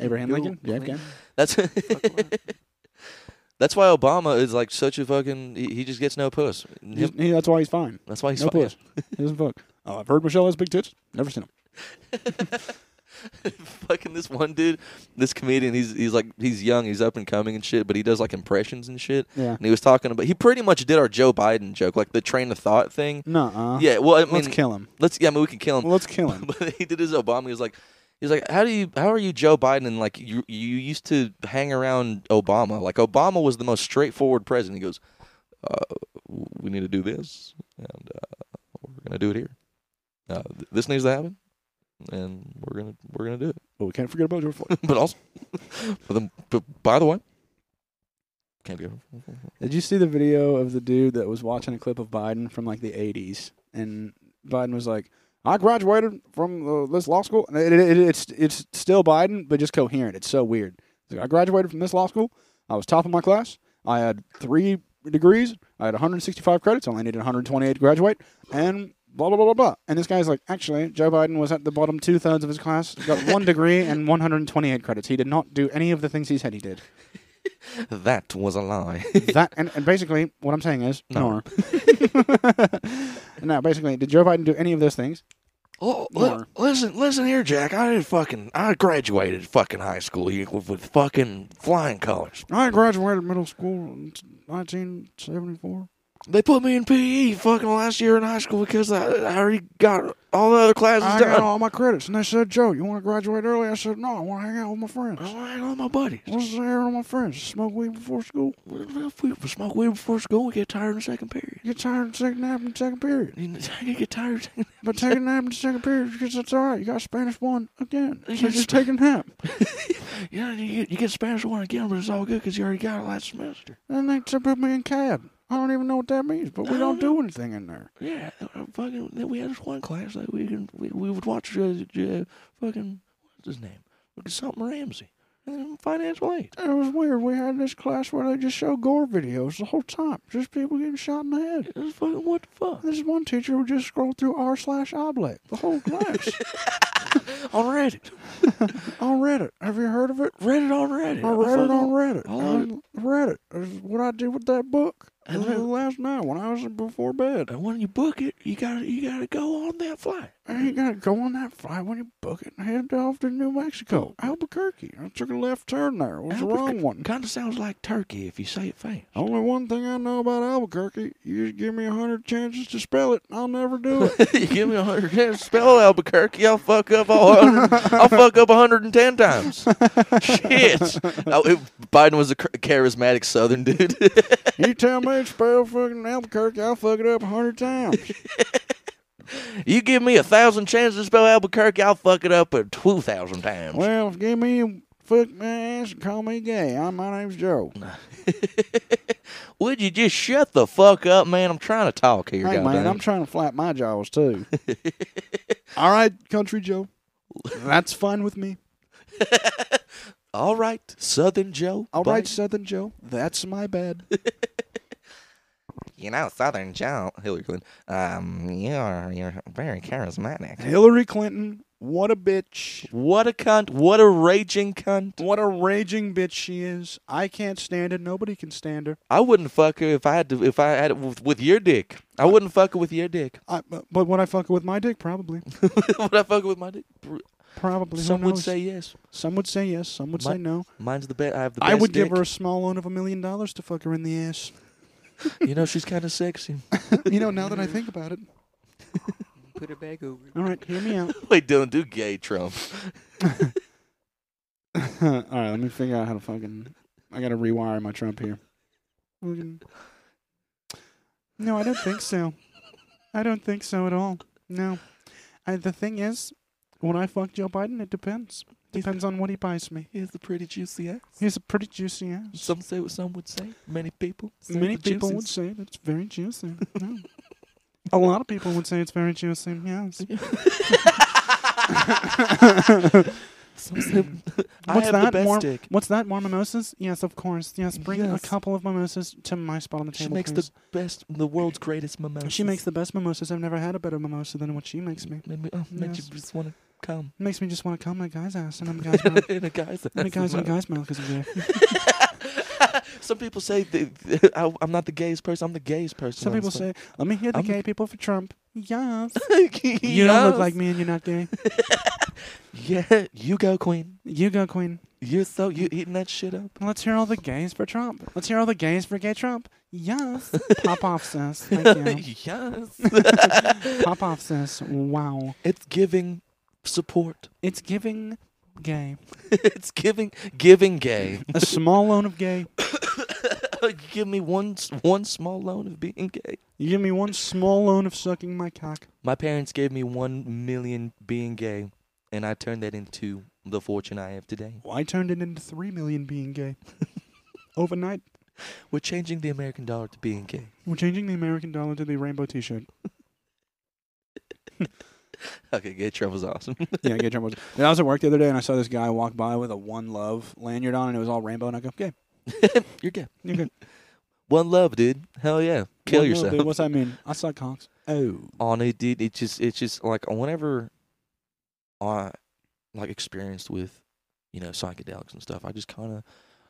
A: Abraham Lincoln, JFK.
B: that's
C: Fuck what?
B: That's why Obama is like such a fucking. He, he just gets no puss.
A: He's- he- that's why he's fine.
B: That's why he's
A: no
B: fine.
A: puss. He doesn't fuck. Oh, I've heard Michelle has big tits. Never seen them.
B: fucking this one dude, this comedian. He's he's like he's young, he's up and coming and shit, but he does like impressions and shit.
A: Yeah.
B: And he was talking about he pretty much did our Joe Biden joke, like the train of thought thing.
A: Nuh-uh.
B: Yeah, well, I mean,
A: Uh-huh.
B: um,
A: Let's kill him.
B: let's yeah, I mean, we can kill him.
A: Well, let's kill him.
B: but he did his Obama. He was like, he's like, how do you, how are you, Joe Biden? And like, you, you used to hang around Obama. Like, Obama was the most straightforward president. He goes, uh, we need to do this, and uh, we're gonna do it here. Uh, th- this needs to happen, and we're gonna, we're gonna do it.
A: But we can't forget about George Floyd.
B: but also, but, then, but by the way, can't be.
A: Did you see the video of the dude that was watching a clip of Biden from like the 80s? And Biden was like, I graduated from uh, this law school. And it, it, it- it's, it's still Biden, but just coherent. It's so weird. He's like, I graduated from this law school. I was top of my class. I had three degrees. I had 165 credits. I only needed 128 to graduate. And blah, blah, blah, blah, blah. And this guy's like, actually, Joe Biden was at the bottom two thirds of his class, got one degree and 128 credits. He did not do any of the things he said he did
B: That was a lie.
A: that and, and basically what I'm saying is
B: No.
A: no. no, basically, did Joe Biden do any of those things?
B: Oh,
A: li-
B: li- listen, listen here, Jack. I did fucking, I graduated fucking high school with, with fucking flying colors.
A: I graduated middle school in 1974.
B: They put me in PE fucking last year in high school because I, I already got all the other classes
A: I got
B: done.
A: all my credits, and they said, "Joe, you want to graduate early?" I said, "No, I want to hang out with my
B: I
A: friends.
B: was like, all my buddies.
A: Let's hang out with my friends. Smoke weed before school.
B: If we smoke weed before school, we get tired in second period.
A: Get tired of taking a nap in the second period,
B: You know, You get tired. of taking-
A: but take a nap in the second period because that's all right. You got Spanish one again, so just take a nap."
B: You know, you get, you get Spanish one again, but it's all good because you already got it last semester.
A: And they put me in cab. I don't even know what that means, but we don't do anything in there.
B: Yeah, uh, fucking. then We had this one class that we can we, we would watch. Uh, uh, fucking what's his name? Fucking something Ramsey. And then financial aid.
A: It was weird. We had this class where they just show gore videos the whole time, just people getting shot in the head.
B: It was fucking what the fuck?
A: This one teacher would just scroll through r slash oblate the whole class
B: On Reddit.
A: on Reddit. Have you heard of it?
B: Reddit on Reddit.
A: I read it on Reddit.
B: I love
A: On Reddit is what I did with that book
B: I love
A: the
B: it.
A: last night when I was before bed.
B: And when you book it, you gotta you gotta go on that flight.
A: I ain't gotta go on that flight when you book it and head off to New Mexico, Albuquerque. I took a left turn there. It was the wrong one.
B: Kind of sounds like turkey if you say it fast.
A: Only one thing I know about Albuquerque, you just give me a hundred chances to spell it, I'll never do it.
B: you give me a hundred times, spell Albuquerque, I'll fuck up all hundred. I'll fuck up a hundred and ten times. Shit. Oh, it- Biden was a char- charismatic Southern dude.
A: You tell me it's spell fucking Albuquerque, I'll fuck it up a hundred times.
B: you give me a thousand chances to spell Albuquerque, I'll fuck it up a two thousand times.
A: well, give me fuck my ass and call me gay. I, my name's Joe.
B: Would you just shut the fuck up, man? I'm trying to talk here,
A: Hey
B: goddamn.
A: man, I'm trying to flap my jaws too. All right, country Joe, that's fine with me.
B: All right, Southern Joe.
A: All right,
B: Biden.
A: Southern Joe, that's my bad.
B: You know, Southern Joe, Hillary Clinton. Um, you're you're very charismatic.
A: Hillary Clinton, what a bitch.
B: What a cunt! What a raging cunt!
A: What a raging bitch she is. I can't stand her. Nobody can stand her.
B: I wouldn't fuck her if I had to. If I had it with, with your dick, I wouldn't fuck her with your dick.
A: I, but, but would I fuck her with my dick? Probably.
B: Would I fuck her with my dick? Pr-
A: Probably. Who
B: Some would
A: knows?
B: say yes.
A: Some would say yes. Some would
B: My-
A: say no.
B: Mine's the best. I have the best.
A: I would
B: dick.
A: give her a small loan of a million dollars to fuck her in the ass.
B: You know, she's kind of sexy.
A: you know, now that I think about it.
C: Put it back over.
A: All right, hear me out.
B: Wait, Dylan, do gay Trump?
A: All right, let me figure out how to fucking. I gotta rewire my Trump here. Fucking- No, I don't think so. I don't think so at all. No. I, the thing is, when I fuck Joe Biden, it depends. Depends on what he buys me.
B: He has the pretty juicy ass.
A: He's a pretty juicy ass.
B: Some say what some would say. Many people. say
A: Many
B: the
A: people would
B: juices.
A: say that's very juicy. Yeah. a lot of people would say it's very juicy. Yes.
B: Some say, I
A: What's
B: have the
A: that?
B: best
A: More-
B: dick.
A: What's that? More mimosas? Yes, of course. Yes, bring
B: Yes.
A: a couple of mimosas to my spot on the
B: She
A: table.
B: makes the
A: please.
B: best, the world's greatest mimosas.
A: She makes the best mimosas. I've never had a better mimosa than what she makes me.
B: Made me, oh, made you
A: Yes.
B: just want to come.
A: Makes me just want to come in a guy's ass and I'm a guy's mouth.
B: In a guy's
A: In a
B: ass
A: guy's in a
B: mouth.
A: guy's mouth because I'm gay.
E: Some people say th- th- I, I'm not the gayest person. I'm the gayest person.
A: Some
E: on
A: people
E: this
A: say, "Let me hear the
E: I'm-
A: gay people for Trump." Yes.
E: planet.
A: You don't look
E: Yes.
A: like me, and you're not gay.
E: Yeah, you go, Queen.
A: You go, Queen.
E: You're so you eating that shit up.
A: Let's hear all the gays for Trump. Let's hear all the gays for gay Trump. Yes. Pop off, sis. Thank you.
E: yes,
A: Pop off, sis. Wow.
E: it's giving support.
A: It's giving gay.
E: It's giving giving gay.
A: A small loan of gay.
E: Give me one s- one small loan of being gay.
A: You give me one small loan of sucking my cock.
E: My parents gave me one million being gay, and I turned that into the fortune I have today.
A: Well, I turned it into three million being gay. Overnight,
E: We're changing the American dollar to being gay.
A: we're changing the American dollar to the rainbow T-shirt.
E: Okay, gay travel's awesome.
A: yeah, gay Trump was. And I was at work the other day, and I saw this guy walk by with a One Love lanyard on, and it was all rainbow. And I go, "Gay,
E: You're gay.
A: you're good.
E: One love, dude. Hell yeah. Kill
A: One love,
E: yourself.
A: dude. What's that mean? I suck cocks. Oh,
E: on it, dude. It just, it's just like whenever I uh, like experienced with, you know, psychedelics and stuff, I just kind of,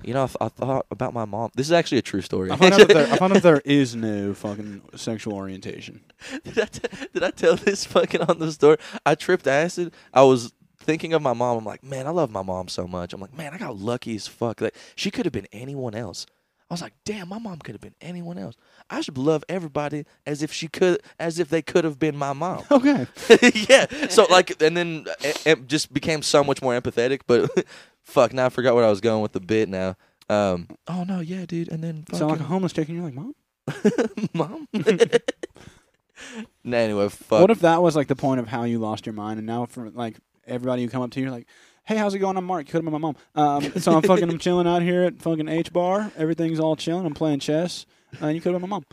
E: you know, I, th- I thought about my mom. This is actually a true story.
A: I found out that there, I found out there is no fucking sexual orientation.
E: did, I t- did I tell this fucking on the story? I tripped acid. I was thinking of my mom. I'm like, man, I love my mom so much. I'm like, man, I got lucky as fuck. Like, she could have been anyone else. I was like, damn, my mom could have been anyone else. I should love everybody as if she could, as if they could have been my mom.
A: Okay,
E: yeah. So like, and then it, it just became so much more empathetic. But fuck, now I forgot what I was going with the bit. Now, um, oh no, yeah, dude. And then
A: sound like a
E: fucking-
A: homeless chick, and you're like, "Mom,
E: mom. nah, anyway, fuck.
A: what if that was like the point of how you lost your mind, and now from like everybody you come up to, you're like." Hey, how's it going? I'm Mark. Could have been my mom. Um, so I'm fucking, I'm chilling out here at fucking H bar. Everything's all chilling. I'm playing chess, and you could have been my mom.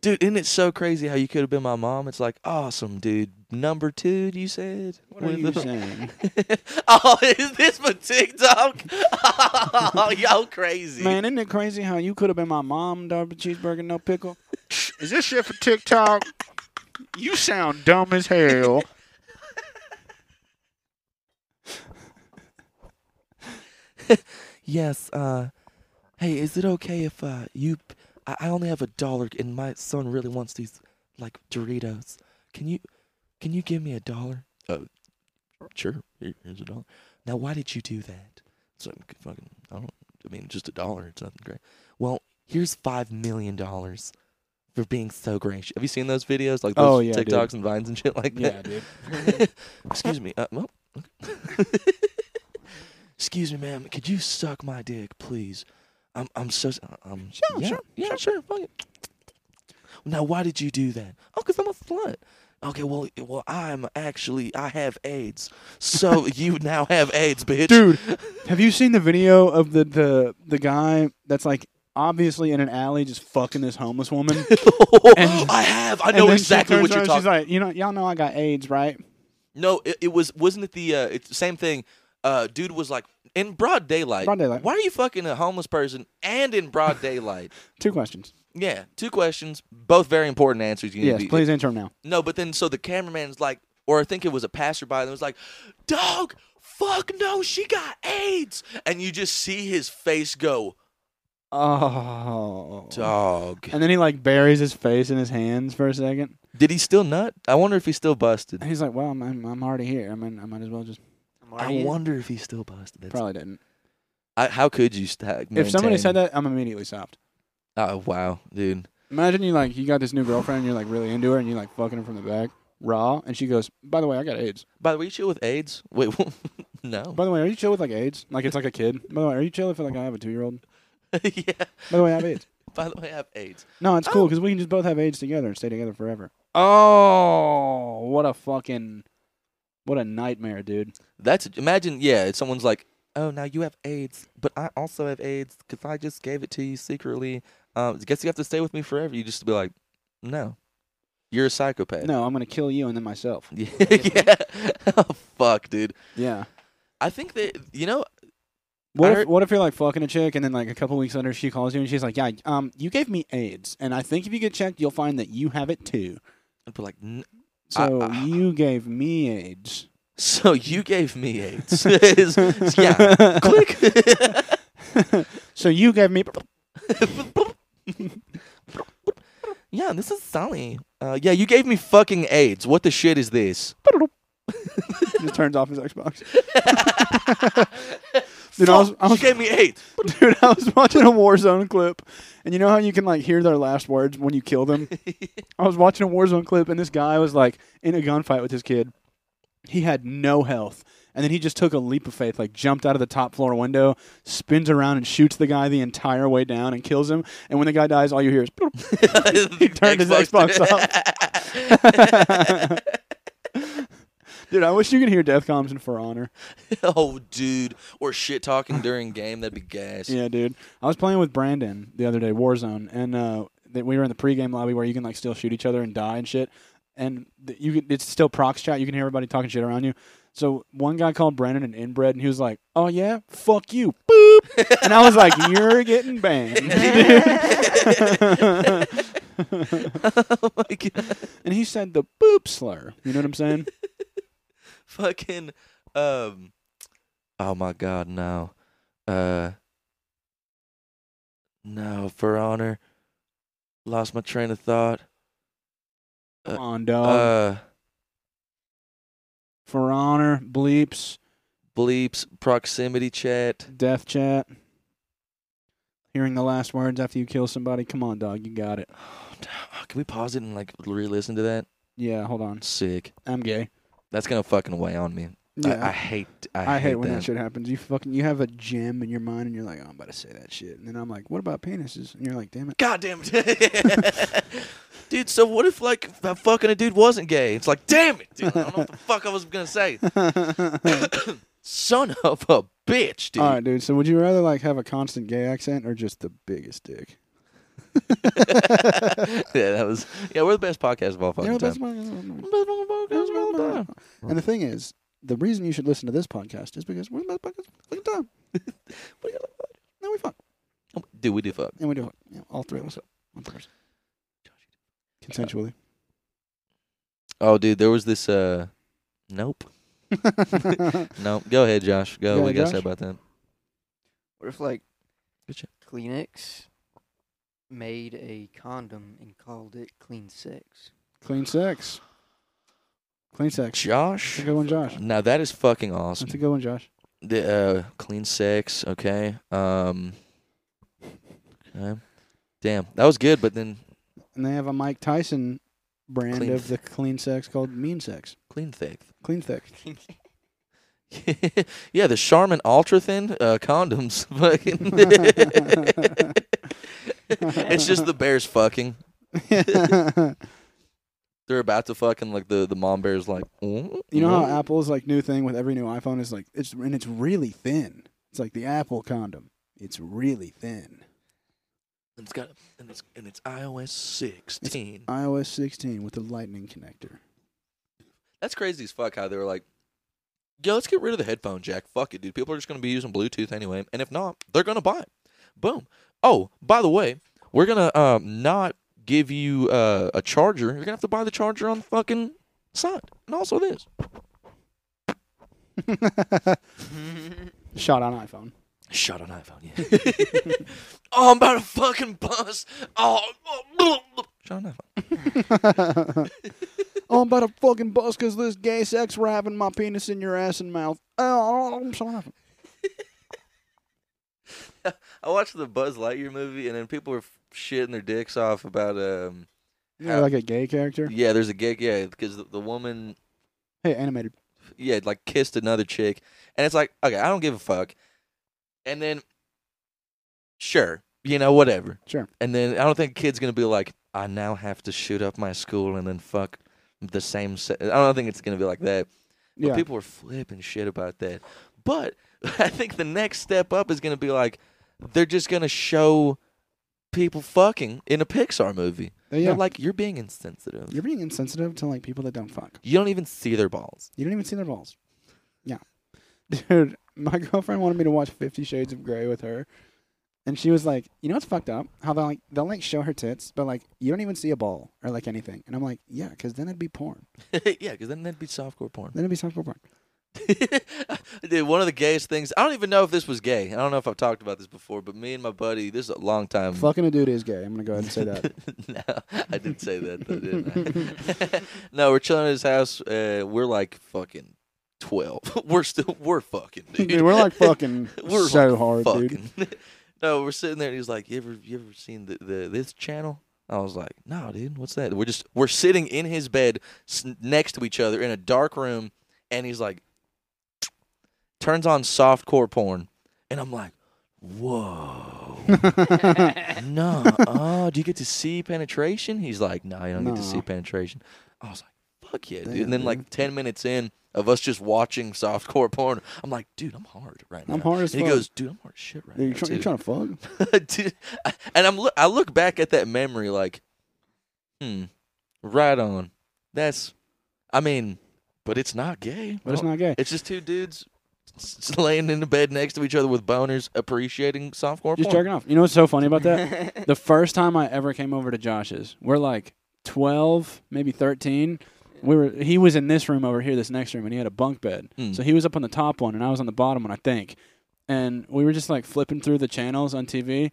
E: dude, isn't it so crazy how you could have been my mom? It's like awesome, dude. Number two, you said.
A: What are
E: With
A: you
E: the-
A: saying,
E: oh, is this for TikTok? oh, y'all crazy.
A: man? Isn't it crazy how you could have been my mom? Double cheeseburger, no pickle.
D: Is this shit for TikTok? You sound dumb as hell.
E: Yes. Uh, hey, is it okay if uh, you? p- I, I only have a dollar, and my son really wants these like Doritos. Can you, can you give me a dollar? Oh, sure. Here- Here's a dollar. Now, why did you do that? Something fucking. I don't. I mean, just a dollar. It's nothing great. Well, here's five million dollars for being so gracious. Have you seen those videos? Like
A: Oh,
E: those
A: yeah, dude.
E: TikToks and vines and shit like that.
A: Yeah, dude.
E: Excuse me. Uh, well, excuse me, ma'am. Could you suck my dick, please? I'm I'm so s- um
A: Sure,
E: yeah,
A: sure,
E: yeah sure. fuck it. Now why did you do that? Oh, cause I'm a slut. Okay, well well I'm actually I have AIDS, so you now have AIDS, bitch.
A: Dude, have you seen the video of the, the the guy that's like obviously in an alley just fucking this homeless woman? and-
E: I have. I
A: And
E: know
A: then she
E: exactly what
A: turns around and
E: you're talking.
A: She's like, you know, y'all know I got AIDS, right?
E: no, it, it was wasn't it the uh, it's the same thing. Uh, dude was like in broad daylight.
A: Broad daylight.
E: Why are you fucking a homeless person and in broad daylight?
A: Two questions.
E: Yeah, two questions, both very important answers. You need
A: Yes,
E: to be-
A: please enter him now.
E: No, but then so the cameraman's like, or I think it was a passerby that was like, "Dog, fuck no, she got AIDS," and you just see his face go,
A: Oh.
E: "Dog."
A: And then he like buries his face in his hands for a second,
E: Did he still nut? I wonder if he's still busted.
A: and he's like, "Well, I'm I'm, I'm already here. I mean, I might as well just
E: I wonder if he's still busted. That's,
A: probably didn't."
E: I, how could you? St-
A: If somebody
E: maintain-
A: said that, I'm immediately stopped.
E: oh wow, dude,
A: Imagine you like you got this new girlfriend, and you're like really into her, and you like fucking her from the back, raw, and she goes, "By the way, I got AIDS."
E: by the way, you chill with AIDS? Wait, no.
A: By the way, are you chill with like AIDS? Like it's like a kid. By the way, are you chill if like I have a two year old?
E: yeah.
A: By the way, I have AIDS.
E: By the way, I have AIDS.
A: No, it's cool
E: Oh.
A: because we can just both have AIDS together and stay together forever. Oh, what a fucking, what a nightmare, dude.
E: That's imagine, yeah. It's someone's like, "Oh, now you have AIDS, but I also have AIDS because I just gave it to you secretly." Um, guess you have to stay with me forever. You just be like, "No, you're a psychopath."
A: No, I'm gonna kill you and then myself.
E: Yeah, yeah. oh, fuck, dude.
A: Yeah.
E: I think that you know.
A: What
E: I
A: if,
E: heard-
A: what if you're like fucking a chick and then like a couple weeks later she calls you and she's like, yeah, um, you gave me AIDS and I think if you get checked you'll find that you have it too.
E: I'd be like, N-
A: So
E: I-
A: you gave me AIDS.
E: "So you gave me AIDS?" yeah. Click.
A: So you gave me.
E: yeah, this is Sally. Uh, yeah, you gave me fucking AIDS. What the shit is this?
A: Just turns off his Xbox. Dude, I was- I
E: Fuck,
A: was-
E: Oh, you gave me AIDS.
A: Dude, I was watching a Warzone clip, and you know how you can like hear their last words when you kill them. I was watching a Warzone clip, and this guy was like in a gunfight with his kid. He had no health, and then he just took a leap of faith, like jumped out of the top floor window, spins around and shoots the guy the entire way down and kills him. And when the guy dies, all you hear is he turned his Xbox off. Dude, I wish you could hear Death Comms and For Honor.
E: oh, dude. Or shit talking during game. That'd be gas.
A: Yeah, dude. I was playing with Brandon the other day, Warzone, and uh, that we were in the pregame lobby where you can like still shoot each other and die and shit. And th- you can, it's still prox chat. You can hear everybody talking shit around you. So one guy called Brandon an inbred, and he was like, "Oh yeah, fuck you, boop," and I was like, "You're getting banned." dude."
E: oh my god.
A: and he said the boop slur. You know what I'm saying?
E: fucking um oh my god no uh no for honor lost my train of thought
A: Come on, dog.
E: uh
A: For honor, bleeps,
E: bleeps proximity chat
A: death chat. Hearing the last words after you kill somebody. Come on, dog. You got it.
E: oh, d- oh, can we pause it and like re-listen to that
A: Yeah, hold on.
E: sick
A: I'm gay.
E: that's gonna fucking weigh on me
A: Yeah.
E: I, I hate i,
A: I hate when
E: that.
A: that shit happens. You fucking you have a gem in your mind and you're like, oh, I'm about to say that shit. And then I'm like, what about penises? And you're like, damn it.
E: god damn it dude so what if like f- fucking a dude wasn't gay it's like damn it dude i don't know what the fuck i was gonna say son of a bitch dude
A: All right, dude. So would you rather like have a constant gay accent or just the biggest dick?
E: yeah, that was. Yeah, we're the best podcast of all fucking
A: You know, that's
E: time.
A: my- that's
E: Best fucking podcast of all
A: my-
E: time.
A: and the thing is, the reason you should listen to this podcast is because we're the best podcast of fucking time.
E: What do you like?
A: Now we fuck.
E: Oh, Dude, we do fuck.
A: And we do it. Yeah, all three of us. One person. Consensually.
E: Oh, dude, there was this. uh Nope. Nope. Go ahead, Josh. Go.
A: Yeah,
E: what you gotta say
A: Josh?
E: about that?
C: What if like
E: Good shit.
C: Kleenex made a condom and called it Clean Sex?
A: Clean sex. Clean sex. That's
E: Josh.
A: a good one, Josh.
E: Now that is fucking awesome.
A: That's a good one, Josh.
E: The uh, clean sex. Okay. Um. okay. Damn, that was good, but then
A: and they have a Mike Tyson brand
E: Clean
A: of the clean sex called Mean Sex.
E: clean thick.
A: Clean sex.
E: yeah, the Charmin Ultra Thin uh, condoms. Fucking. it's just the bears fucking.
A: you
E: They're about to fucking like the the mom bear's like. "Mm,
A: know
E: mm."
A: how Apple's like new thing with every new iPhone is like it's and it's really thin. It's like the Apple condom. It's really thin.
E: And it's got and it's and it's iOS 16.
A: iOS 16 with the lightning connector.
E: That's crazy as fuck. How they were like, yo, let's get rid of the headphone jack. Fuck it, dude. People are just gonna be using Bluetooth anyway, and if not, they're gonna buy it. Boom. Oh, by the way, we're gonna um not give you uh, a charger. You're gonna have to buy the charger on the fucking side, and also this.
A: Shot on iPhone.
E: Shut on iPhone, yeah. oh, I'm about to fucking bust. Oh, shut on iPhone.
A: Oh, I'm about to fucking bust because this gay sex wrapping my penis in your ass and mouth. Oh, I'm sorry.
E: I watched the Buzz Lightyear movie, and then people were f- shitting their dicks off about um.
A: Yeah, like a gay character.
E: Yeah, there's a gig. Yeah, because the, the woman,
A: Hey, animated.
E: yeah, like kissed another chick, and it's like, okay, I don't give a fuck. And then, sure, you know, whatever.
A: Sure.
E: And then I don't think a kid's gonna be like, I now have to shoot up my school and then fuck the same. Se-. I don't think it's gonna be like that. But
A: Yeah.
E: people were flipping shit about that. But I think the next step up is going to be like they're just going to show people fucking in a Pixar movie.
A: yeah.
E: They're like you're being insensitive.
A: You're being insensitive to like people that don't fuck.
E: You don't even see their balls.
A: You don't even see their balls. Yeah. Dude, my girlfriend wanted me to watch Fifty Shades of Grey with her. And she was like, you know what's fucked up? How they'll like they'll like show her tits, but like you don't even see a ball or like anything. And I'm like, yeah, because then it'd be porn.
E: yeah, because then that'd be softcore porn.
A: Then it'd be softcore porn.
E: Dude, one of the gayest things. I don't even know if this was gay. I don't know if I've talked about this before, but me and my buddy, this is a long time.
B: Fucking a dude is gay. I'm gonna go ahead and say that.
E: no, I did say that though, didn't I? no, we're chilling at his house. Uh, we're like fucking twelve. we're still we're fucking. Dude,
B: Dude, we're like fucking
E: We're
B: so
E: like
B: hard, dude.
E: fucking. no, we're sitting there, and he's like, "You ever you ever seen the, the this channel?" I was like, "No, dude, what's that?" We're just we're sitting in his bed s- next to each other in a dark room, and he's like, turns on softcore porn, and I'm like, "Whoa." no, oh, do you get to see penetration? He's like, no, you don't get to see
B: No.
E: penetration. I was like, fuck yeah, dude.
B: Damn,
E: and then like
B: dude.
E: ten minutes in of us just watching softcore porn, I'm like, dude, I'm hard right now.
B: I'm hard as
E: And he
B: fuck.
E: goes, dude, I'm hard as shit right
B: Dude,
E: now.
B: you try, you
E: too."
B: trying to fuck?
E: Dude, I- and I'm look, I look back at that memory like, hmm, right on. That's, I mean, but it's not gay.
B: But it's
E: I don't-
B: not gay.
E: It's just two dudes. s- Laying in the bed next to each other with boners, appreciating softcore
A: Just
E: porn.
A: jerking off. You know what's so funny about that? the first time I ever came over to Josh's, we're like 12, maybe 13. We were he was in this room over here, this next room, and he had a bunk bed.
E: Hmm.
A: So he was up on the top one and I was on the bottom one, I think. And we were just like flipping through the channels on TV.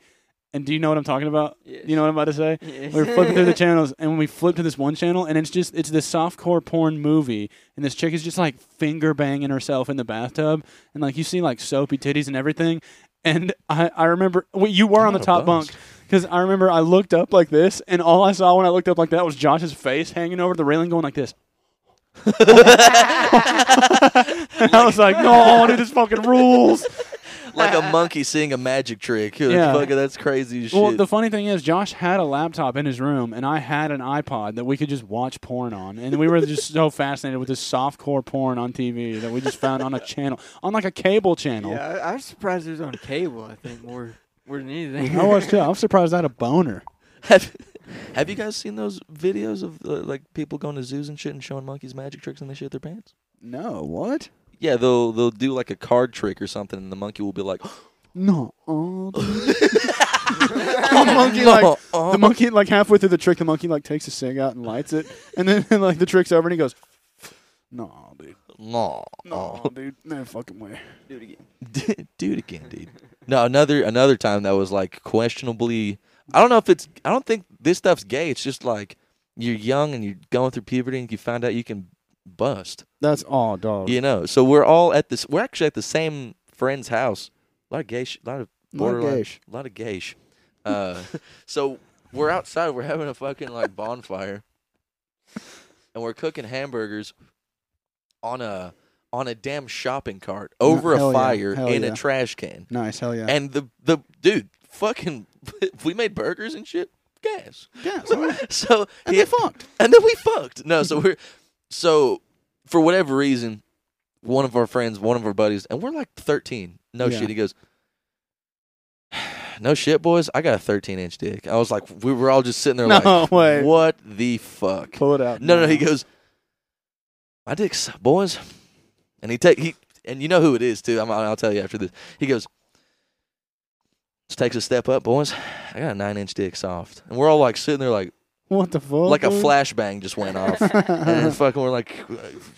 A: And do you know what I'm talking about? You know what I'm about to say? We were flipping through the channels, and we flipped to this one channel, and it's just it's this softcore porn movie, and this chick is just like finger banging herself in the bathtub, and like you see like soapy titties and everything, and I I remember well, you were
E: I'm
A: on the
E: not
A: top
E: buzzed.
A: bunk because I remember I looked up like this, and all I saw when I looked up like that was Josh's face hanging over the railing, going like this. and I was like, no, dude, this fucking rules.
E: like a monkey seeing a magic trick. That's
A: Yeah.
E: fucking- that's crazy as shit.
A: Well, the funny thing is, Josh had a laptop in his room, and I had an iPod that we could just watch porn on, and we were just so fascinated with this softcore porn on TV that we just found on a channel, on like a cable channel.
C: Yeah, I, I was surprised it was on cable. I think more more than anything.
A: I was too. I'm surprised I had a boner.
E: have, have you guys seen those videos of uh, like people going to zoos and shit and showing monkeys magic tricks and they shit their pants?
B: No, what?
E: Yeah, they'll they'll do like a card trick or something, and the monkey will be like,
A: No, oh,
B: The monkey like
E: "Uh-uh."
B: the monkey like halfway through the trick, the monkey like takes a cig out and lights it, and then like the trick's over, and he goes, "No, dude, Oh."
E: no,
B: no, dude, no fucking way."
C: Do it again.
E: do it again, dude. No, another another time that was like questionably. I don't know if it's. I don't think this stuff's gay. It's just like you're young and you're going through puberty and you find out you can bust.
B: That's all, dog.
E: You know, so we're all at this. We're actually at the same friend's house. A lot of gay, sh- a lot of
B: Lot of
E: borderline,
B: gay sh-
E: lot of gay. sh- Uh, so we're outside. We're having a fucking like bonfire, and we're cooking hamburgers on a on a damn shopping cart over
B: hell
E: a
B: yeah,
E: fire
B: hell
E: in
B: yeah.
E: a trash can.
B: Nice, hell yeah.
E: And the the dude, fucking, we made burgers and shit. Gas.
B: yeah, so,
E: So
B: and
E: he-
B: they fucked.
E: and then we fucked. No, so we're so for whatever reason, one of our friends, one of our buddies, and we're like thirteen. No
B: Yeah.
E: shit. He goes, No shit, boys, I got a thirteen inch dick. I was like we were all just sitting there like
B: No way.
E: what the fuck?
B: Pull it out.
E: No, no, he
A: Mm-hmm.
E: goes, My dick's boys. And he take he and you know who it is too. I'm, I'll tell you after this. He goes, just takes a step up, boys. I got a nine inch dick soft, and we're all like sitting there, like
B: "What the fuck?"
E: like a
A: Mm-hmm.
B: dude?
E: flashbang just went off. and then fucking we're like,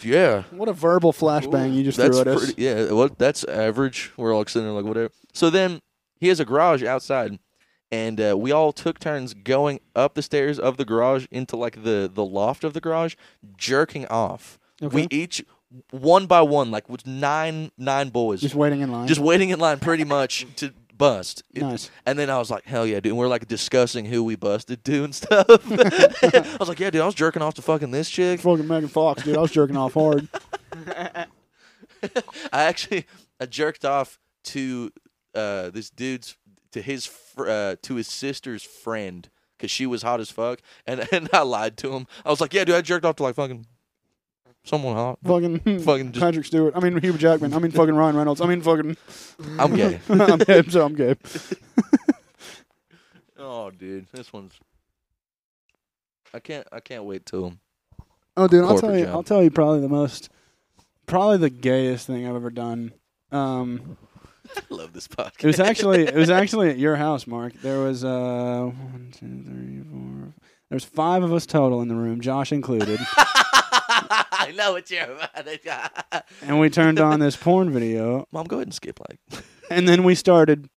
E: yeah,
B: What a verbal flashbang you just
E: that's
B: threw at us.
E: pretty, yeah, what that's average. We're all sitting there like whatever. So then he has a garage outside, and uh, we all took turns going up the stairs of the garage into like the the loft of the garage, jerking off. We
B: Okay.
E: each one by one, like with nine nine boys,
B: just
E: just,
B: waiting in line.
E: waiting in line, pretty much to bust. It-
B: nice.
E: and then I was like, hell yeah, dude. And we're like discussing who we busted to and stuff. I was like, yeah, dude, I was jerking off to fucking this chick.
B: Fucking Megan Fox, dude. I was jerking off hard.
E: I actually I jerked off to uh, this dude's to his fr- uh, to his sister's friend because she was hot as fuck, and and I lied to him. I was like, yeah, dude, I jerked off to like fucking someone hot.
B: Fucking,
E: Fucking just-
B: Patrick Stewart. I mean Hugh Jackman. I mean fucking Ryan Reynolds. I mean fucking.
E: I'm gay.
B: I'm gay, so I'm gay.
E: oh, dude, this one's. I can't. I can't wait till.
A: Oh, dude, I'll
E: Corporate
A: tell you.
E: job.
A: I'll tell you probably the most, probably the gayest thing I've ever done. Um,
E: I love this podcast.
A: it was actually it was actually at your house, Mark. There was uh one, two, three, four. There was five of us total in the room, Josh included.
E: I know what you're about.
A: and we turned on this porn video,
E: Mom, go ahead and skip like.
A: and then we started